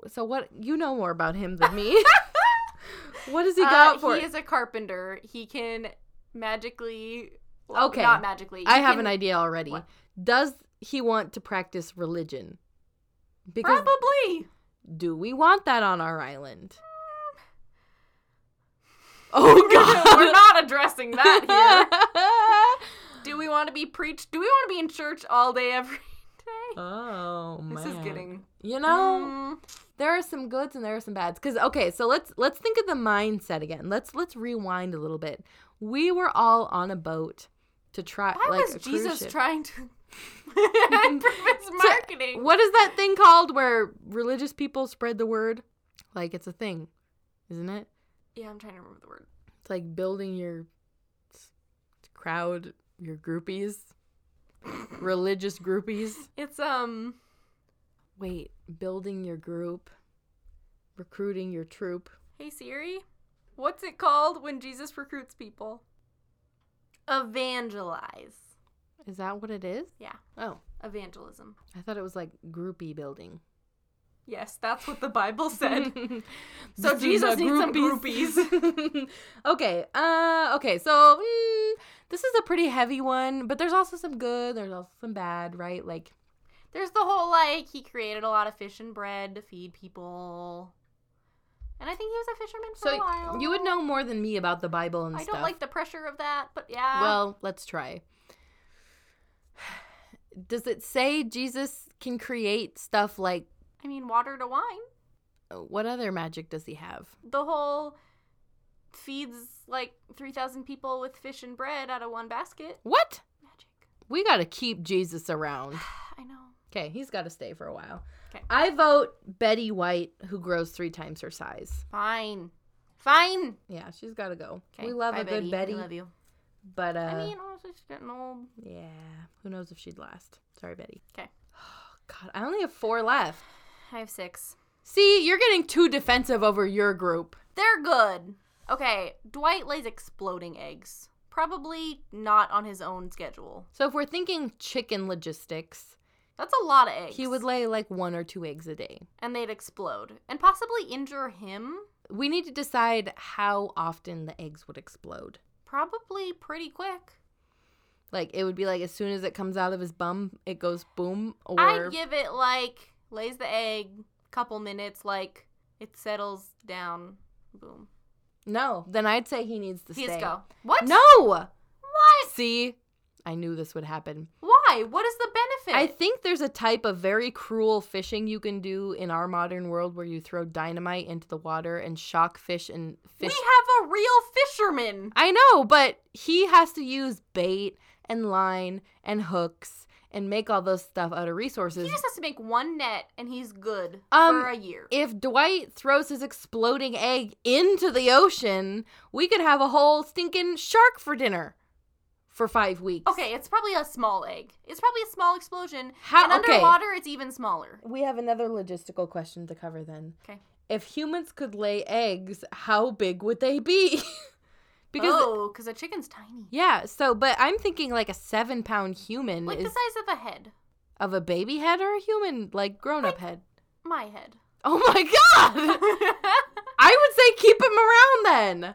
so what? You know more about him than me. what does he
Uh,
got for?
he is a carpenter. He can magically.
Okay.
Not magically.
I
He
have
can-
an idea already.
What?
Does he want to practice religion? Because
Probably.
do we want that on our island? Oh God!
We're not addressing that here. Do we want to be preached? Do we want to be in church all day every day?
oh man,
This is getting.
You know,
Mm,
there are some goods and there are some bads. Because okay, so let's let's think of the mindset again. Let's let's rewind a little bit. We were all on a boat to try.
why
like a
was
cruise
Jesus
ship.
trying to improve his
To-
marketing?
What is that thing called where religious people spread the word? Like it's a thing, isn't it?
yeah, I'm trying to remember the word.
It's like building your s- crowd, your groupies, religious groupies.
It's um.
Wait, building your group, recruiting your troop.
Hey Siri, what's it called when Jesus recruits people? Evangelize.
Is that what it is?
Yeah.
Oh,
Evangelism.
I thought it was like groupie building.
Yes, that's what the Bible said.
This is
Jesus
a
needs some
okay. Uh. Okay. So mm, this is a pretty heavy one, but there's also some good. There's also some bad, right? Like
There's the whole like he created a lot of fish and bread to feed people. And I think he was a fisherman for a
so
while.
you would know more than me about the Bible and
I
stuff.
don't like the pressure of that, but yeah.
well, let's try. Does it say Jesus can create stuff like uh,
I mean water to wine.
what other magic does he have?
The whole feeds like 3000 people with fish and bread out of one basket.
What?
Magic.
We got to keep Jesus around.
I know.
Okay, he's got to stay for a while.
'Kay.
I vote Betty White who grows 3 times her size.
Fine. Fine.
Yeah, she's got to go.
'Kay,
We love
bye,
a good Betty,
I love you.
but uh,
I mean, honestly, she's getting old.
yeah, who knows if she'd last? Sorry, Betty.
'Kay.
God, I only have four left.
I have six.
See, you're getting too defensive over your group.
They're good. Okay, Dwight lays exploding eggs. Probably not on his own schedule.
So if we're thinking chicken logistics,
That's a lot of eggs.
he would lay like one or two eggs a day.
and they'd explode and possibly injure him.
We need to decide how often the eggs would explode.
Probably pretty quick.
Like it would be like as soon as it comes out of his bum, it goes boom or
I'd give it like lays the egg, couple minutes, like it settles down, boom.
no. Then I'd say he needs to
He's
stay.
go. What?
No.
What?
See, I knew this would happen.
Why? What is the
I
benefit?
think there's a type of very cruel fishing you can do in our modern world where you throw dynamite into the water and shock fish and
we
fish
have a real fisherman.
I know, but he has to use bait and line and hooks and make all those stuff out of resources.
He just has to make one net and he's good
Um,
for a year.
If Dwight throws his exploding egg into the ocean, we could have a whole stinking shark for dinner for five weeks.
okay, it's probably a small egg. It's probably a small explosion.
How-
and
okay.
underwater, it's even smaller.
We have another logistical question to cover then.
Okay.
If humans could lay eggs, how big would they be? because,
oh, because a chicken's tiny,
yeah, so, but I'm thinking like a seven pound human
like
is
the size of a head.
of a baby head or a human, like grown up head.
My head.
Oh my god!
but
I would say keep him around then.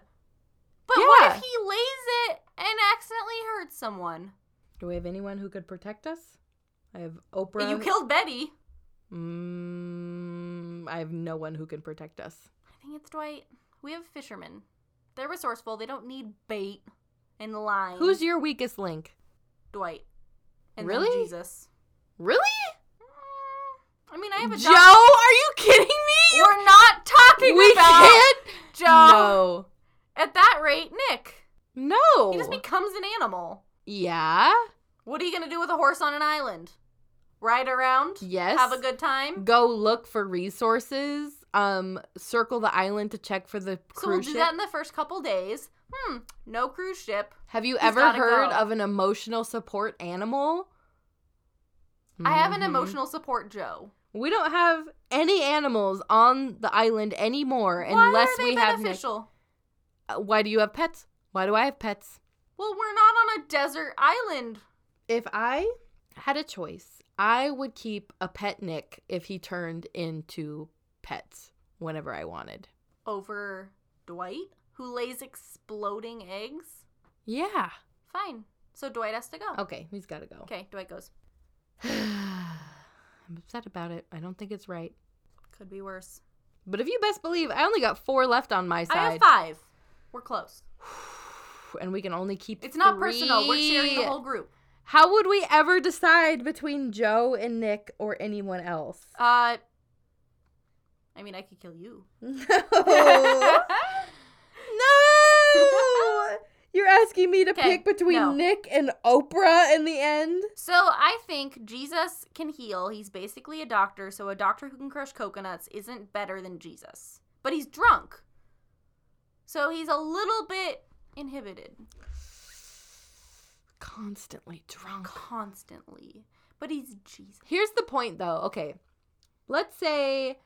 what
Yeah.
if he lays it and accidentally hurts someone?
Do we have anyone who could protect us? I have Oprah.
You killed Betty.
Mm, I have no one who can protect us.
I think it's Dwight. We have fishermen. They're resourceful. They don't need bait and line.
Who's your weakest link?
Dwight? And then
Really?
Jesus.
Really?
Mm, I mean, I have a
Joe? Are you kidding me?
We're not talking
we
about
can't.
Joe.
No.
At that rate, Nick.
No.
He
Oh.
just becomes an animal.
yeah.
What are you gonna do with a horse on an island? Ride around?
Yes.
Have a good time?
Go look for resources. Um, circle the island to check for the
So we'll
cruise
do
ship.
that in the first couple days. Hmm, no cruise ship.
Have you ever
gotta
heard
go.
of an emotional support animal?
I have an
Mhm.
emotional support Joe.
We don't have any animals on the island anymore unless
Why are they
we have. Nick.
beneficial?
Uh, Why do you have pets? Why do I have pets?
Well, we're not on a desert island.
If I had a choice, I would keep a pet Nick if he turned into pets whenever I wanted.
Over Dwight, who lays exploding eggs.
Yeah.
Fine. So Dwight has to go.
Okay, he's got to go.
Okay, Dwight goes.
I'm upset about it. I don't think it's right.
Could be worse.
But if you best believe, I only got four left on my side.
I have five. We're close.
and we can only keep
It's not personal. We're sharing the
three.
whole group.
How would we ever decide between Joe and Nick or anyone else?
Uh, I mean, I could kill you.
No. no. You're asking me to
Okay,
pick between
no.
Nick and Oprah in the end?
so I think Jesus can heal. He's basically a doctor, so a doctor who can crush coconuts isn't better than Jesus. But he's drunk. So he's a little bit inhibited
Constantly drunk.
constantly. But he's Jesus.
Here's the point though. Okay. Let's say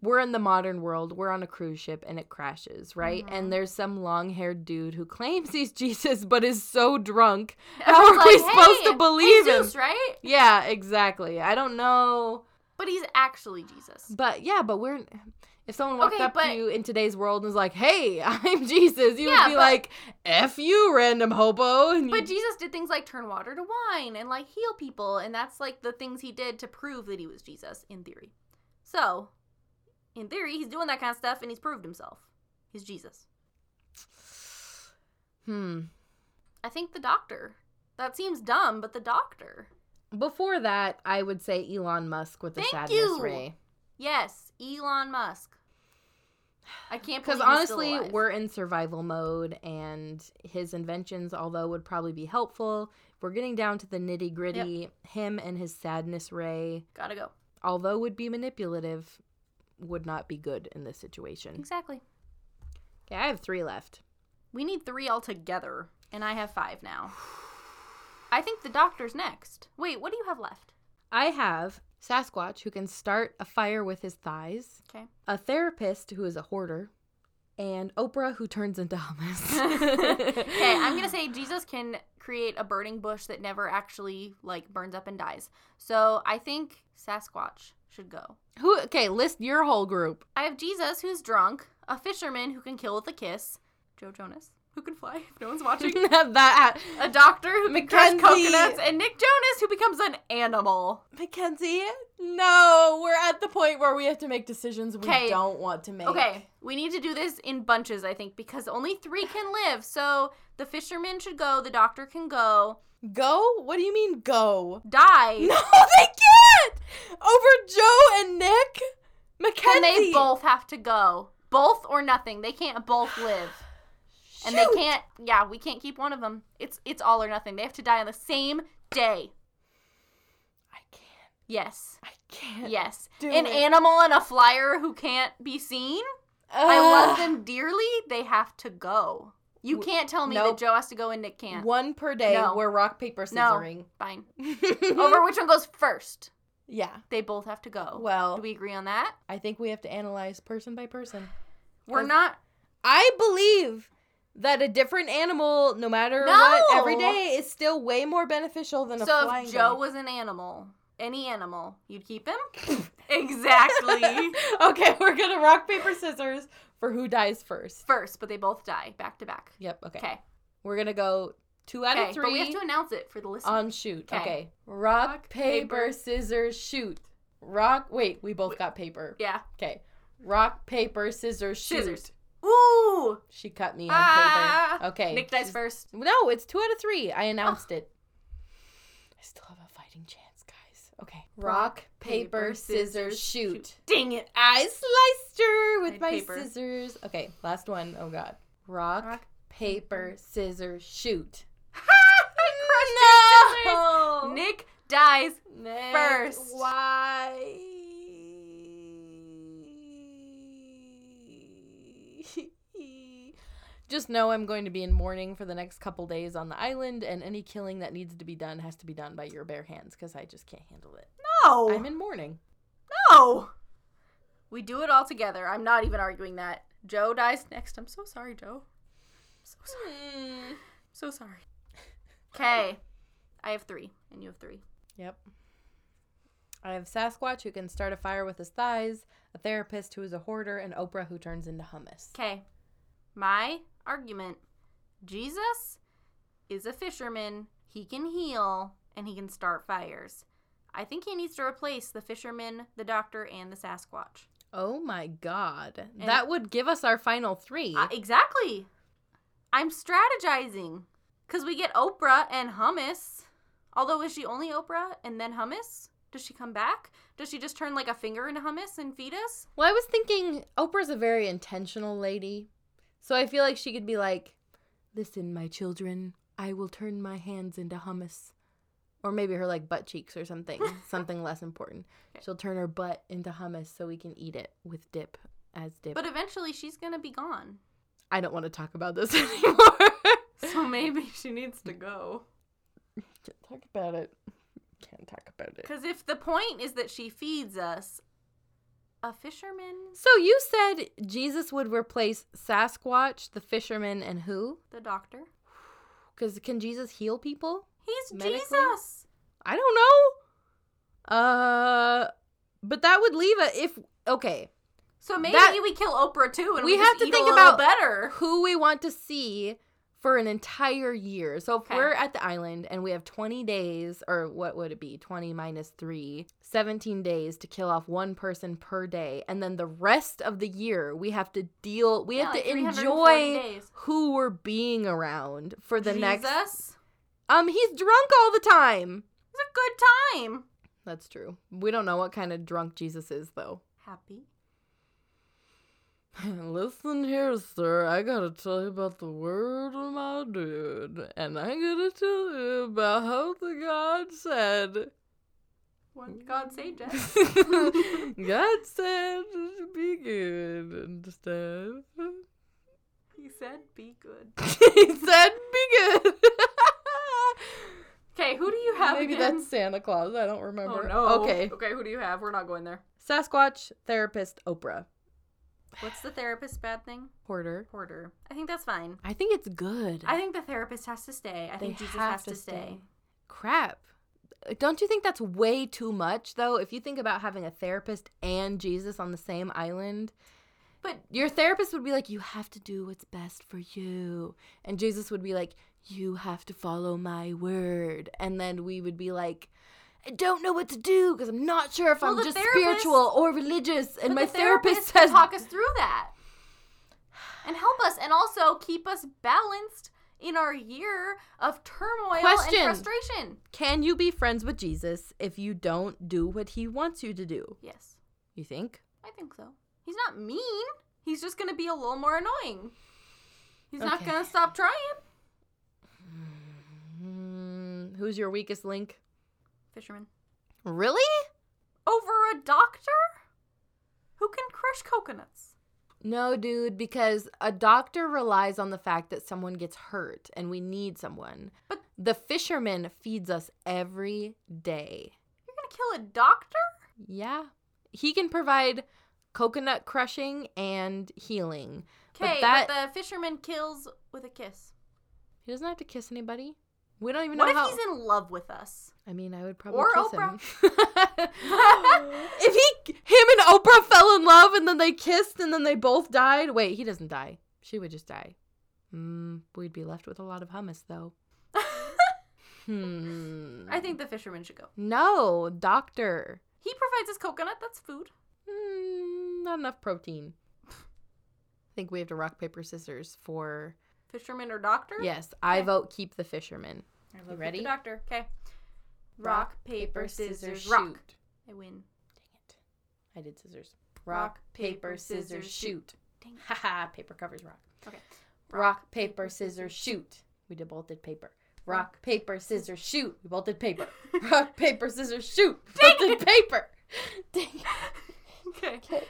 we're in the modern world, we're on a cruise ship and it crashes, right?
Mhm.
And there's some long-haired dude who claims he's Jesus but is so drunk. How
Everyone's
are we supposed to
"Hey,
believe him?"
Jesus, right?
Yeah, exactly. I don't know.
But he's actually Jesus.
But yeah, but we're if someone walked
Okay,
up to
but-
you in today's world and was like, "Hey, I'm Jesus," you
Yeah,
would be
but-
like, "F you, random hobo." And
But
you,
Jesus did things like turn water to wine and like heal people, and that's like the things he did to prove that he was Jesus in theory. So, in theory, he's doing that kind of stuff and he's proved himself. He's Jesus.
hmm.
I think the doctor. That seems dumb, but the doctor.
Before that, I would say Elon Musk with the
Thank
sadness
you.
ray.
Yes, Elon Musk. I can't
Because
believe he's still
honestly,
alive.
we're in survival mode, and his inventions, although would probably be helpful, we're getting down to the nitty gritty. Him and his sadness ray,
gotta go.
although would be manipulative, would not be good in this situation.
Exactly.
Okay, I have three left.
We need three altogether, and I have five now. I think the doctor's next. Wait, what do you have left?
I have Sasquatch, who can start a fire with his thighs,
Okay.
a therapist, who is a hoarder, and Oprah, who turns into hummus.
Okay, I'm gonna say Jesus can create a burning bush that never actually like burns up and dies. So I think Sasquatch should go.
Who? Okay, list your whole group.
I have Jesus who's drunk, a fisherman who can kill with a kiss, Joe Jonas who can fly if no one's watching,
that
a doctor who can crush
Mackenzie.
coconuts, and Nick Jonas who becomes an animal.
Mackenzie, no, we're at the point where we have to make decisions we
'Kay.
don't want to make.
Okay, we need to do this in bunches, I think, because only three can live. So the fisherman should go, the doctor can go,
go. What do you mean go?
die.
No, they can't. Over Joe and Nick, Mackenzie.
And they both have to go. Both or nothing. They can't both live. And they
Shoot.
can't. Yeah, we can't keep one of them. It's it's all or nothing. They have to die on the same day.
I can't.
Yes.
I can't.
Yes.
Do
An
it.
animal and a flyer who can't be seen. I love them dearly. They have to go. You
W-
can't tell me
nope.
that Joe has to go and Nick can't.
One per day.
No.
We're rock paper scissoring.
Fine. Over which one goes first?
Yeah.
They both have to go.
Well,
Do we agree on that?
I think we have to analyze person by person.
We're
Does-
not.
I believe that a different animal, no matter
No!
what, every day is still way more beneficial than a
So
flying.
if Joe was an animal, any animal, you'd keep him? exactly.
okay, we're gonna rock paper scissors for who dies first.
First, but they both die back to back.
Yep. Okay.
Okay.
We're gonna go two out
Okay.
of
But we
three uh,
have to announce it for the listeners.
on shoot.
Okay.
Okay. Rock,
Rock,
paper,
paper.
scissors shoot. Rock. Wait, we both got paper.
yeah.
Okay. Rock paper scissors shoot.
Scissors. Ooh.
She cut me on
Ah!
paper. Okay.
Nick dies
she's-
first.
No, it's two out of three. I announced it. I still have a fighting chance, guys. Okay. Rock, paper, scissors, shoot.
Dang it.
I sliced her with
I'd
my
paper.
scissors. Okay, last one. Oh god. Rock,
Rock,
paper, scissors, shoot.
I crushed your scissors.
Nick,
Nick dies. first.
first. Why? Just know I'm going to be in mourning for the next couple days on the island, and any killing that needs to be done has to be done by your bare hands because I just can't handle it.
No.
I'm in mourning.
no. We do it all together. I'm not even arguing that. Joe dies next. I'm so sorry, Joe. So sorry. So sorry. Okay. I have three, and you have three.
Yep. I have Sasquatch who can start a fire with his thighs, a therapist who is a hoarder, and Oprah who turns into hummus.
Okay. My argument Jesus is a fisherman. He can heal and he can start fires. I think he needs to replace the fisherman, the doctor, and the Sasquatch.
Oh my god.
And-
that would give us our final three.
Uh, exactly. I'm strategizing. Because we get Oprah and hummus. Although, is she only Oprah and then hummus? Does she come back? Does she just turn like a finger into hummus and feed us?
Well, I was thinking Oprah's a very intentional lady. So I feel like she could be like, Listen, my children, I will turn my hands into hummus. Or maybe her like butt cheeks or something, something less important. She'll turn her butt into hummus so we can eat it with dip as dip.
But eventually, she's going to be gone.
I don't want to talk about this anymore.
So maybe she needs to go.
Can't talk about it. Can't talk about it.
Because if the point is that she feeds us, a fisherman,
So you said Jesus would replace Sasquatch, the fisherman, and who?
the doctor,
Because can Jesus heal people?
he's
Medically?
Jesus.
I don't know. Uh, but that would leave a if okay.
So maybe
That-
we kill Oprah too, and we,
We
just
have to
eat
think
a little
about-
better.
Who we want to see for an entire year. So if
Okay.
we're at the island and we have 20 days, or what would it be? 20 minus 3, 17 days to kill off one person per day. And then the rest of the year, we have to deal, we
Yeah,
have
like
to
340
enjoy
days.
who we're being around for the
Jesus
next.
is
Um, he's drunk all the time.
a good time.
That's true. We don't know what kind of drunk Jesus is, though.
Happy.
Listen here, sir. I gotta tell you about the word of my dude, and I gotta tell you about how the God said.
What did God say, Jess?
God said to be good and stuff.
He said, "Be good."
he said, "Be good."
Okay, who do you have?
Maybe
again?
that's Santa Claus. I don't
Oh
remember.
no.
Okay.
Okay, who do you have? We're not going there.
Sasquatch therapist Oprah
What's the therapist bad thing?
Porter.
Porter. I think that's fine.
I think it's good.
I think the therapist has to stay. I think Jesus has to, stay.
Crap. Don't you think that's way too much though? If you think about having a therapist and Jesus on the same island,
But
your therapist would be like, "You have to do what's best for you," and Jesus would be like, "You have to follow my word," and then we would be like. I don't know what to do because I'm not sure if
Well,
I'm
the
just
therapist-
spiritual or religious. And
but
my
the
therapist,
can
says,
talk us through that and help us, and also keep us balanced in our year of turmoil
Question.
and frustration.
Can you be friends with Jesus if you don't do what he wants you to do?
Yes,
You think?
I think so. He's not mean. He's just gonna be a little more annoying. He's not
Okay.
gonna stop trying.
Hmm, who's your weakest link?
Fisherman.
Really?
Over a doctor who can crush coconuts.
No, dude, because a doctor relies on the fact that someone gets hurt and we need someone.
But-
the fisherman feeds us every day.
You're gonna kill a doctor?
Yeah. He can provide coconut crushing and healing. But
Okay, but,
that-
the fisherman kills with a kiss.
He doesn't have to kiss anybody. We don't even
What
know
if
how.
he's in love with us?
I mean, I would probably
Or
kiss him.
Oprah.
if he, him and Oprah fell in love and then they kissed and then they both died. Wait, he doesn't die. She would just die. Mm, we'd be left with a lot of hummus, though. Hmm.
I think the fisherman should go.
No, doctor.
He provides us coconut. That's food.
Mm, not enough protein. I think we have to rock paper scissors for.
Fisherman or doctor?
Yes, I
Okay.
vote keep the fisherman.
I love
You
the
ready?
Doctor. Okay. Rock, paper, scissors, rock. I win.
Dang it! I did scissors.
Rock, paper, scissors, shoot. Dang it.
Haha, paper covers rock.
Okay.
Rock, paper, scissors, shoot. We did both did paper. Rock, paper, scissors, shoot. We both did paper. Rock, paper, scissors, shoot. We both did paper. Dang it.
Okay.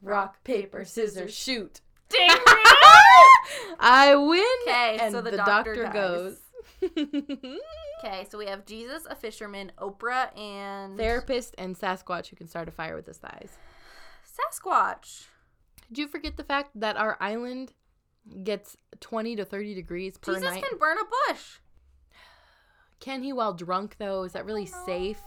Rock, paper, scissors, shoot.
Dang it!
I win.
Okay,
and
so the,
the doctor
doctor, dies.
goes.
Okay, so we have Jesus, a fisherman, Oprah, and
Therapist and Sasquatch who can start a fire with his thighs.
Sasquatch.
Did you forget the fact that our island gets 20 to 30 degrees per
Jesus
night?
can burn a bush.
Can he while drunk though? Is that really
don't know.
safe?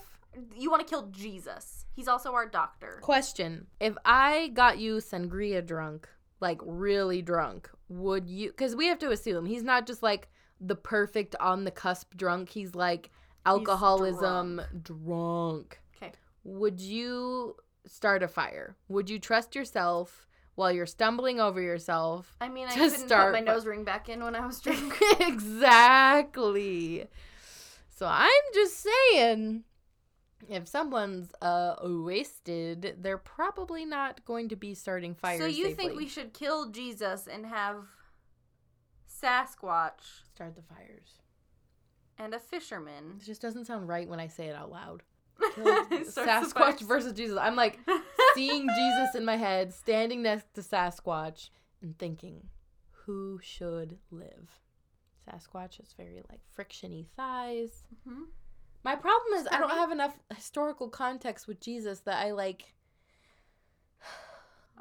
You want to kill Jesus? He's also our doctor.
Question: If I got you sangria drunk, like really drunk, would you? Because we have to assume he's not just like the perfect on the cusp drunk. He's like alcoholism drunk.
Okay.
Would you start a fire? Would you trust yourself while you're stumbling over yourself?
I mean, I
To
couldn't
start
put my
with-
nose ring back in when I was drunk.
exactly. So I'm just saying, if someone's uh wasted, they're probably not going to be starting fires.
so you think
safely.
we should kill Jesus and have Sasquatch
start the fires?
and a fisherman?
It just doesn't sound right when I say it out loud.
Starts the
Sasquatch
fires.
versus Jesus. I'm like seeing Jesus in my head, standing next to Sasquatch, and thinking, who should live? Sasquatch has very like frictiony thighs.
Mhm.
My problem is I don't
Sorry.
have enough historical context with Jesus that I like.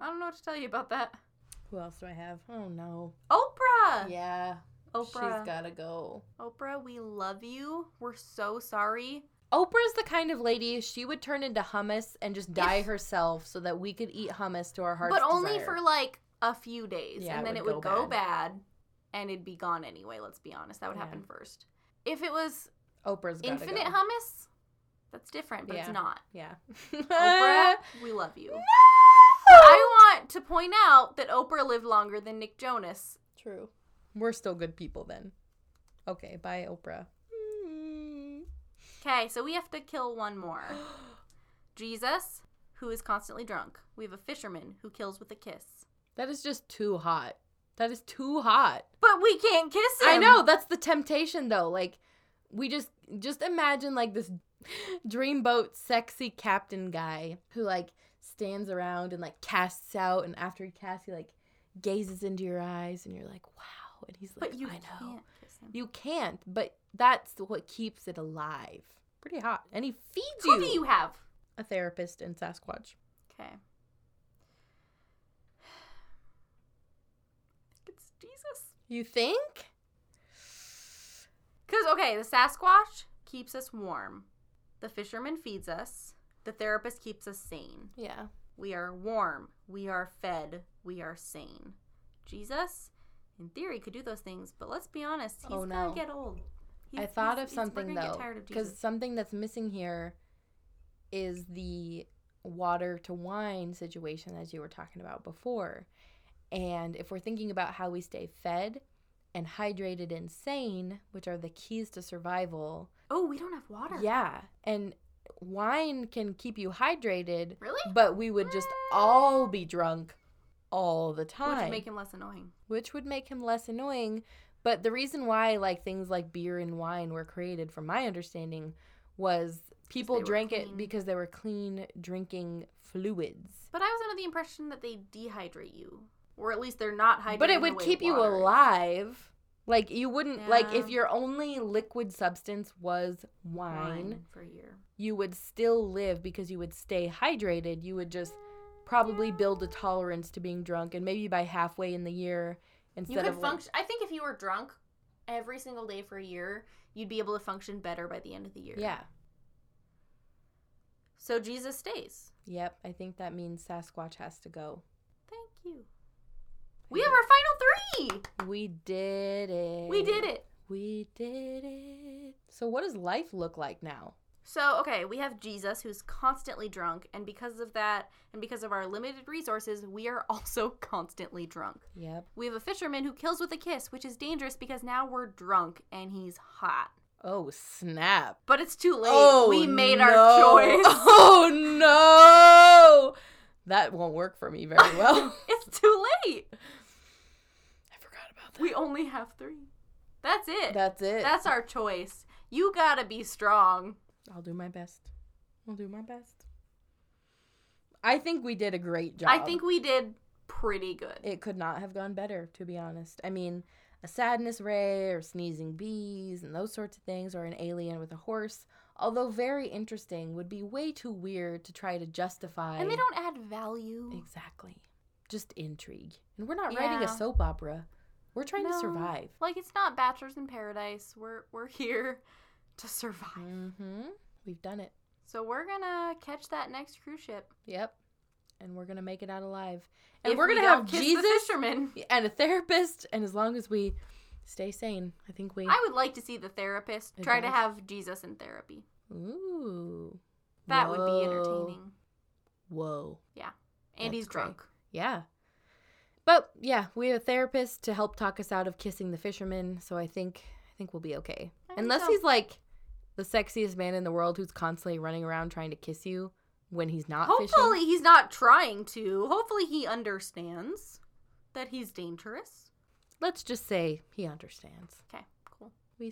I don't know what to tell you about that.
Who else do I have? Oh no. Uh,
Oprah.
Yeah,
Oprah.
she's gotta go.
Oprah, we love you. We're so sorry.
Oprah's the kind of lady she would turn into hummus and just die
If-
herself so that we could eat hummus to our hearts.
but only
desire.
for like a few days
Yeah,
and
it
then
would
it would
go
go, bad. and it'd be gone anyway let's be honest that would
Yeah.
happen first if it was
Oprah's gotta
infinite
go.
hummus that's different but
Yeah. Uh,
it's not
Yeah.
oprah we love you i want to point out that oprah lived longer than nick jonas
True. We're still good people then. Okay, bye, Oprah.
okay so we have to kill one more jesus who is constantly drunk we have a fisherman who kills with a kiss
That is just too hot. That is too hot.
but we can't kiss him
I know that's the temptation though. Like we just just imagine like this dreamboat sexy captain guy who like stands around and like casts out, and after he casts, he like gazes into your eyes, and you're like, wow. And he's like,
But you
I know.
can't kiss him.
You can't, but that's what keeps it alive. Pretty hot. And he feeds
Who
you,
do you have?
a therapist and Sasquatch.
Okay. It's Jesus.
You think?
Because, okay, the Sasquatch keeps us warm. The fisherman feeds us. The therapist keeps us sane.
Yeah.
We are warm. We are fed. We are sane. Jesus, in theory, could do those things, but let's be honest, he's
Oh,
gonna
no.
get old. He-
I thought
he's-
of
he's- we're
something
gonna get
though,
tired of
because
Jesus.
something that's missing here is the water to wine situation as you were talking about before. And if we're thinking about how we stay fed and hydrated and sane, which are the keys to survival,
oh, we don't have water.
yeah, and wine can keep you hydrated,
really?
but we would just all be drunk all the
Which
time
would make him less annoying.
which would make him less annoying. But the reason why like things like beer and wine were created, from my understanding, was people
they were
drank
clean.
it because they were clean drinking fluids.
But I was under the impression that they dehydrate you, or at least they're not hydrating.
but
the
it would
way
keep you
water is.
alive. Like you wouldn't like if
Yeah.
your only liquid substance was wine,
Wine for a year.
you would still live because you would stay hydrated. You would just probably build a tolerance to being drunk and maybe by halfway in the year instead
You could
of like-
function. I think if you were drunk every single day for a year, you'd be able to function better by the end of the year.
Yeah.
So Jesus stays.
Yep, I think that means Sasquatch has to go.
Thank you. We have our final
We did it.
three. We did it.
We did it. So what does life look like now?
So, okay, we have Jesus who's constantly drunk, and because of that, and because of our limited resources, we are also constantly drunk.
Yep.
We have a fisherman who kills with a kiss, which is dangerous because now we're drunk and he's hot.
Oh snap.
But it's too late.
oh,
we made
no.
our choice.
Oh no. That won't work for me very well.
it's too late.
I forgot about that.
We only have three. That's it.
That's it.
That's our choice. You gotta be strong.
I'll do my best. I'll do my best. I think we did a great job.
I think we did pretty good.
it could not have gone better, to be honest. I mean, a sadness ray or sneezing bees and those sorts of things, or an alien with a horse, although very interesting, would be way too weird to try to justify.
and they don't add value.
Exactly. Just intrigue. And we're not writing a
Yeah.
soap opera, we're trying to
No.
survive.
Like it's not Bachelors in Paradise. We're we're here to survive.
hmm. We've done it.
So we're gonna catch that next cruise ship.
Yep. And we're going to make it out alive. And
If
we're
we
going to
don't
have
kiss the
Jesus
fisherman.
and a therapist. And as long as we stay sane, I think we.
I would like to see the therapist try to
Advice?
have Jesus in therapy.
Ooh.
That would
Whoa.
be entertaining.
Whoa.
And
That's
he's
great.
drunk.
Yeah. But yeah, we have a therapist to help talk us out of kissing the fisherman, so I think I think we'll be okay.
I think
Unless
so.
he's like the sexiest man in the world who's constantly running around trying to kiss you when he's not
Hopefully
fishing.
he's not trying to. Hopefully he understands that he's dangerous.
Let's just say he understands.
Okay, cool.
We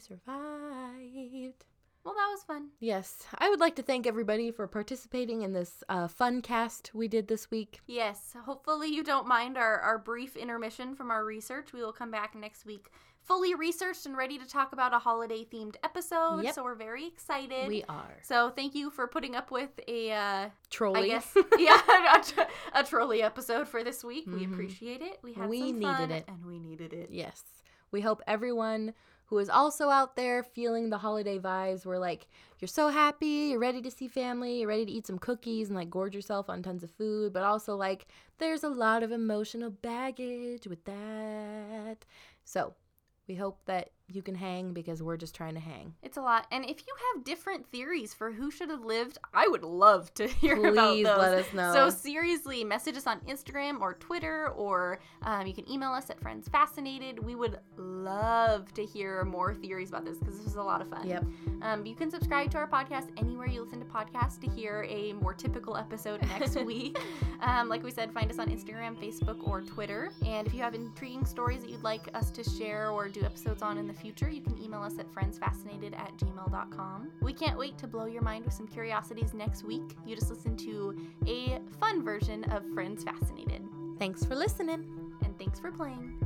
survived.
Well, that was fun.
Yes, I would like to thank everybody for participating in this uh, fun cast we did this week.
Yes, hopefully you don't mind our, our brief intermission from our research. We will come back next week fully researched and ready to talk about a holiday themed episode.
Yep.
So we're very excited.
We are
so thank you for putting up with a uh,
trolling.
I guess yeah, a, tro- a trolley episode for this week. We
Mhm.
appreciate it. We had
We
some
needed
fun,
it.
and we needed it.
Yes. We hope everyone who is also out there feeling the holiday vibes, we're like, you're so happy, you're ready to see family, you're ready to eat some cookies and like gorge yourself on tons of food, but also like, there's a lot of emotional baggage with that. So we hope that you can hang because we're just trying to hang.
It's a lot. And if you have different theories for who should have lived, I would love to hear about
Please
those.
let us know.
So seriously, message us on Instagram or Twitter, or um, you can email us at Friends Fascinated. We would love to hear more theories about this because this was a lot of fun.
Yep.
Um, you can subscribe to our podcast anywhere you listen to podcasts to hear a more typical episode next week. Um, like we said, find us on Instagram, Facebook, or Twitter. And if you have intriguing stories that you'd like us to share or do episodes on in the future, you can email us at friendsfascinated at gmail.com. We can't wait to blow your mind with some curiosities next week. You just listened to a fun version of Friends Fascinated.
Thanks for listening.
And thanks for playing.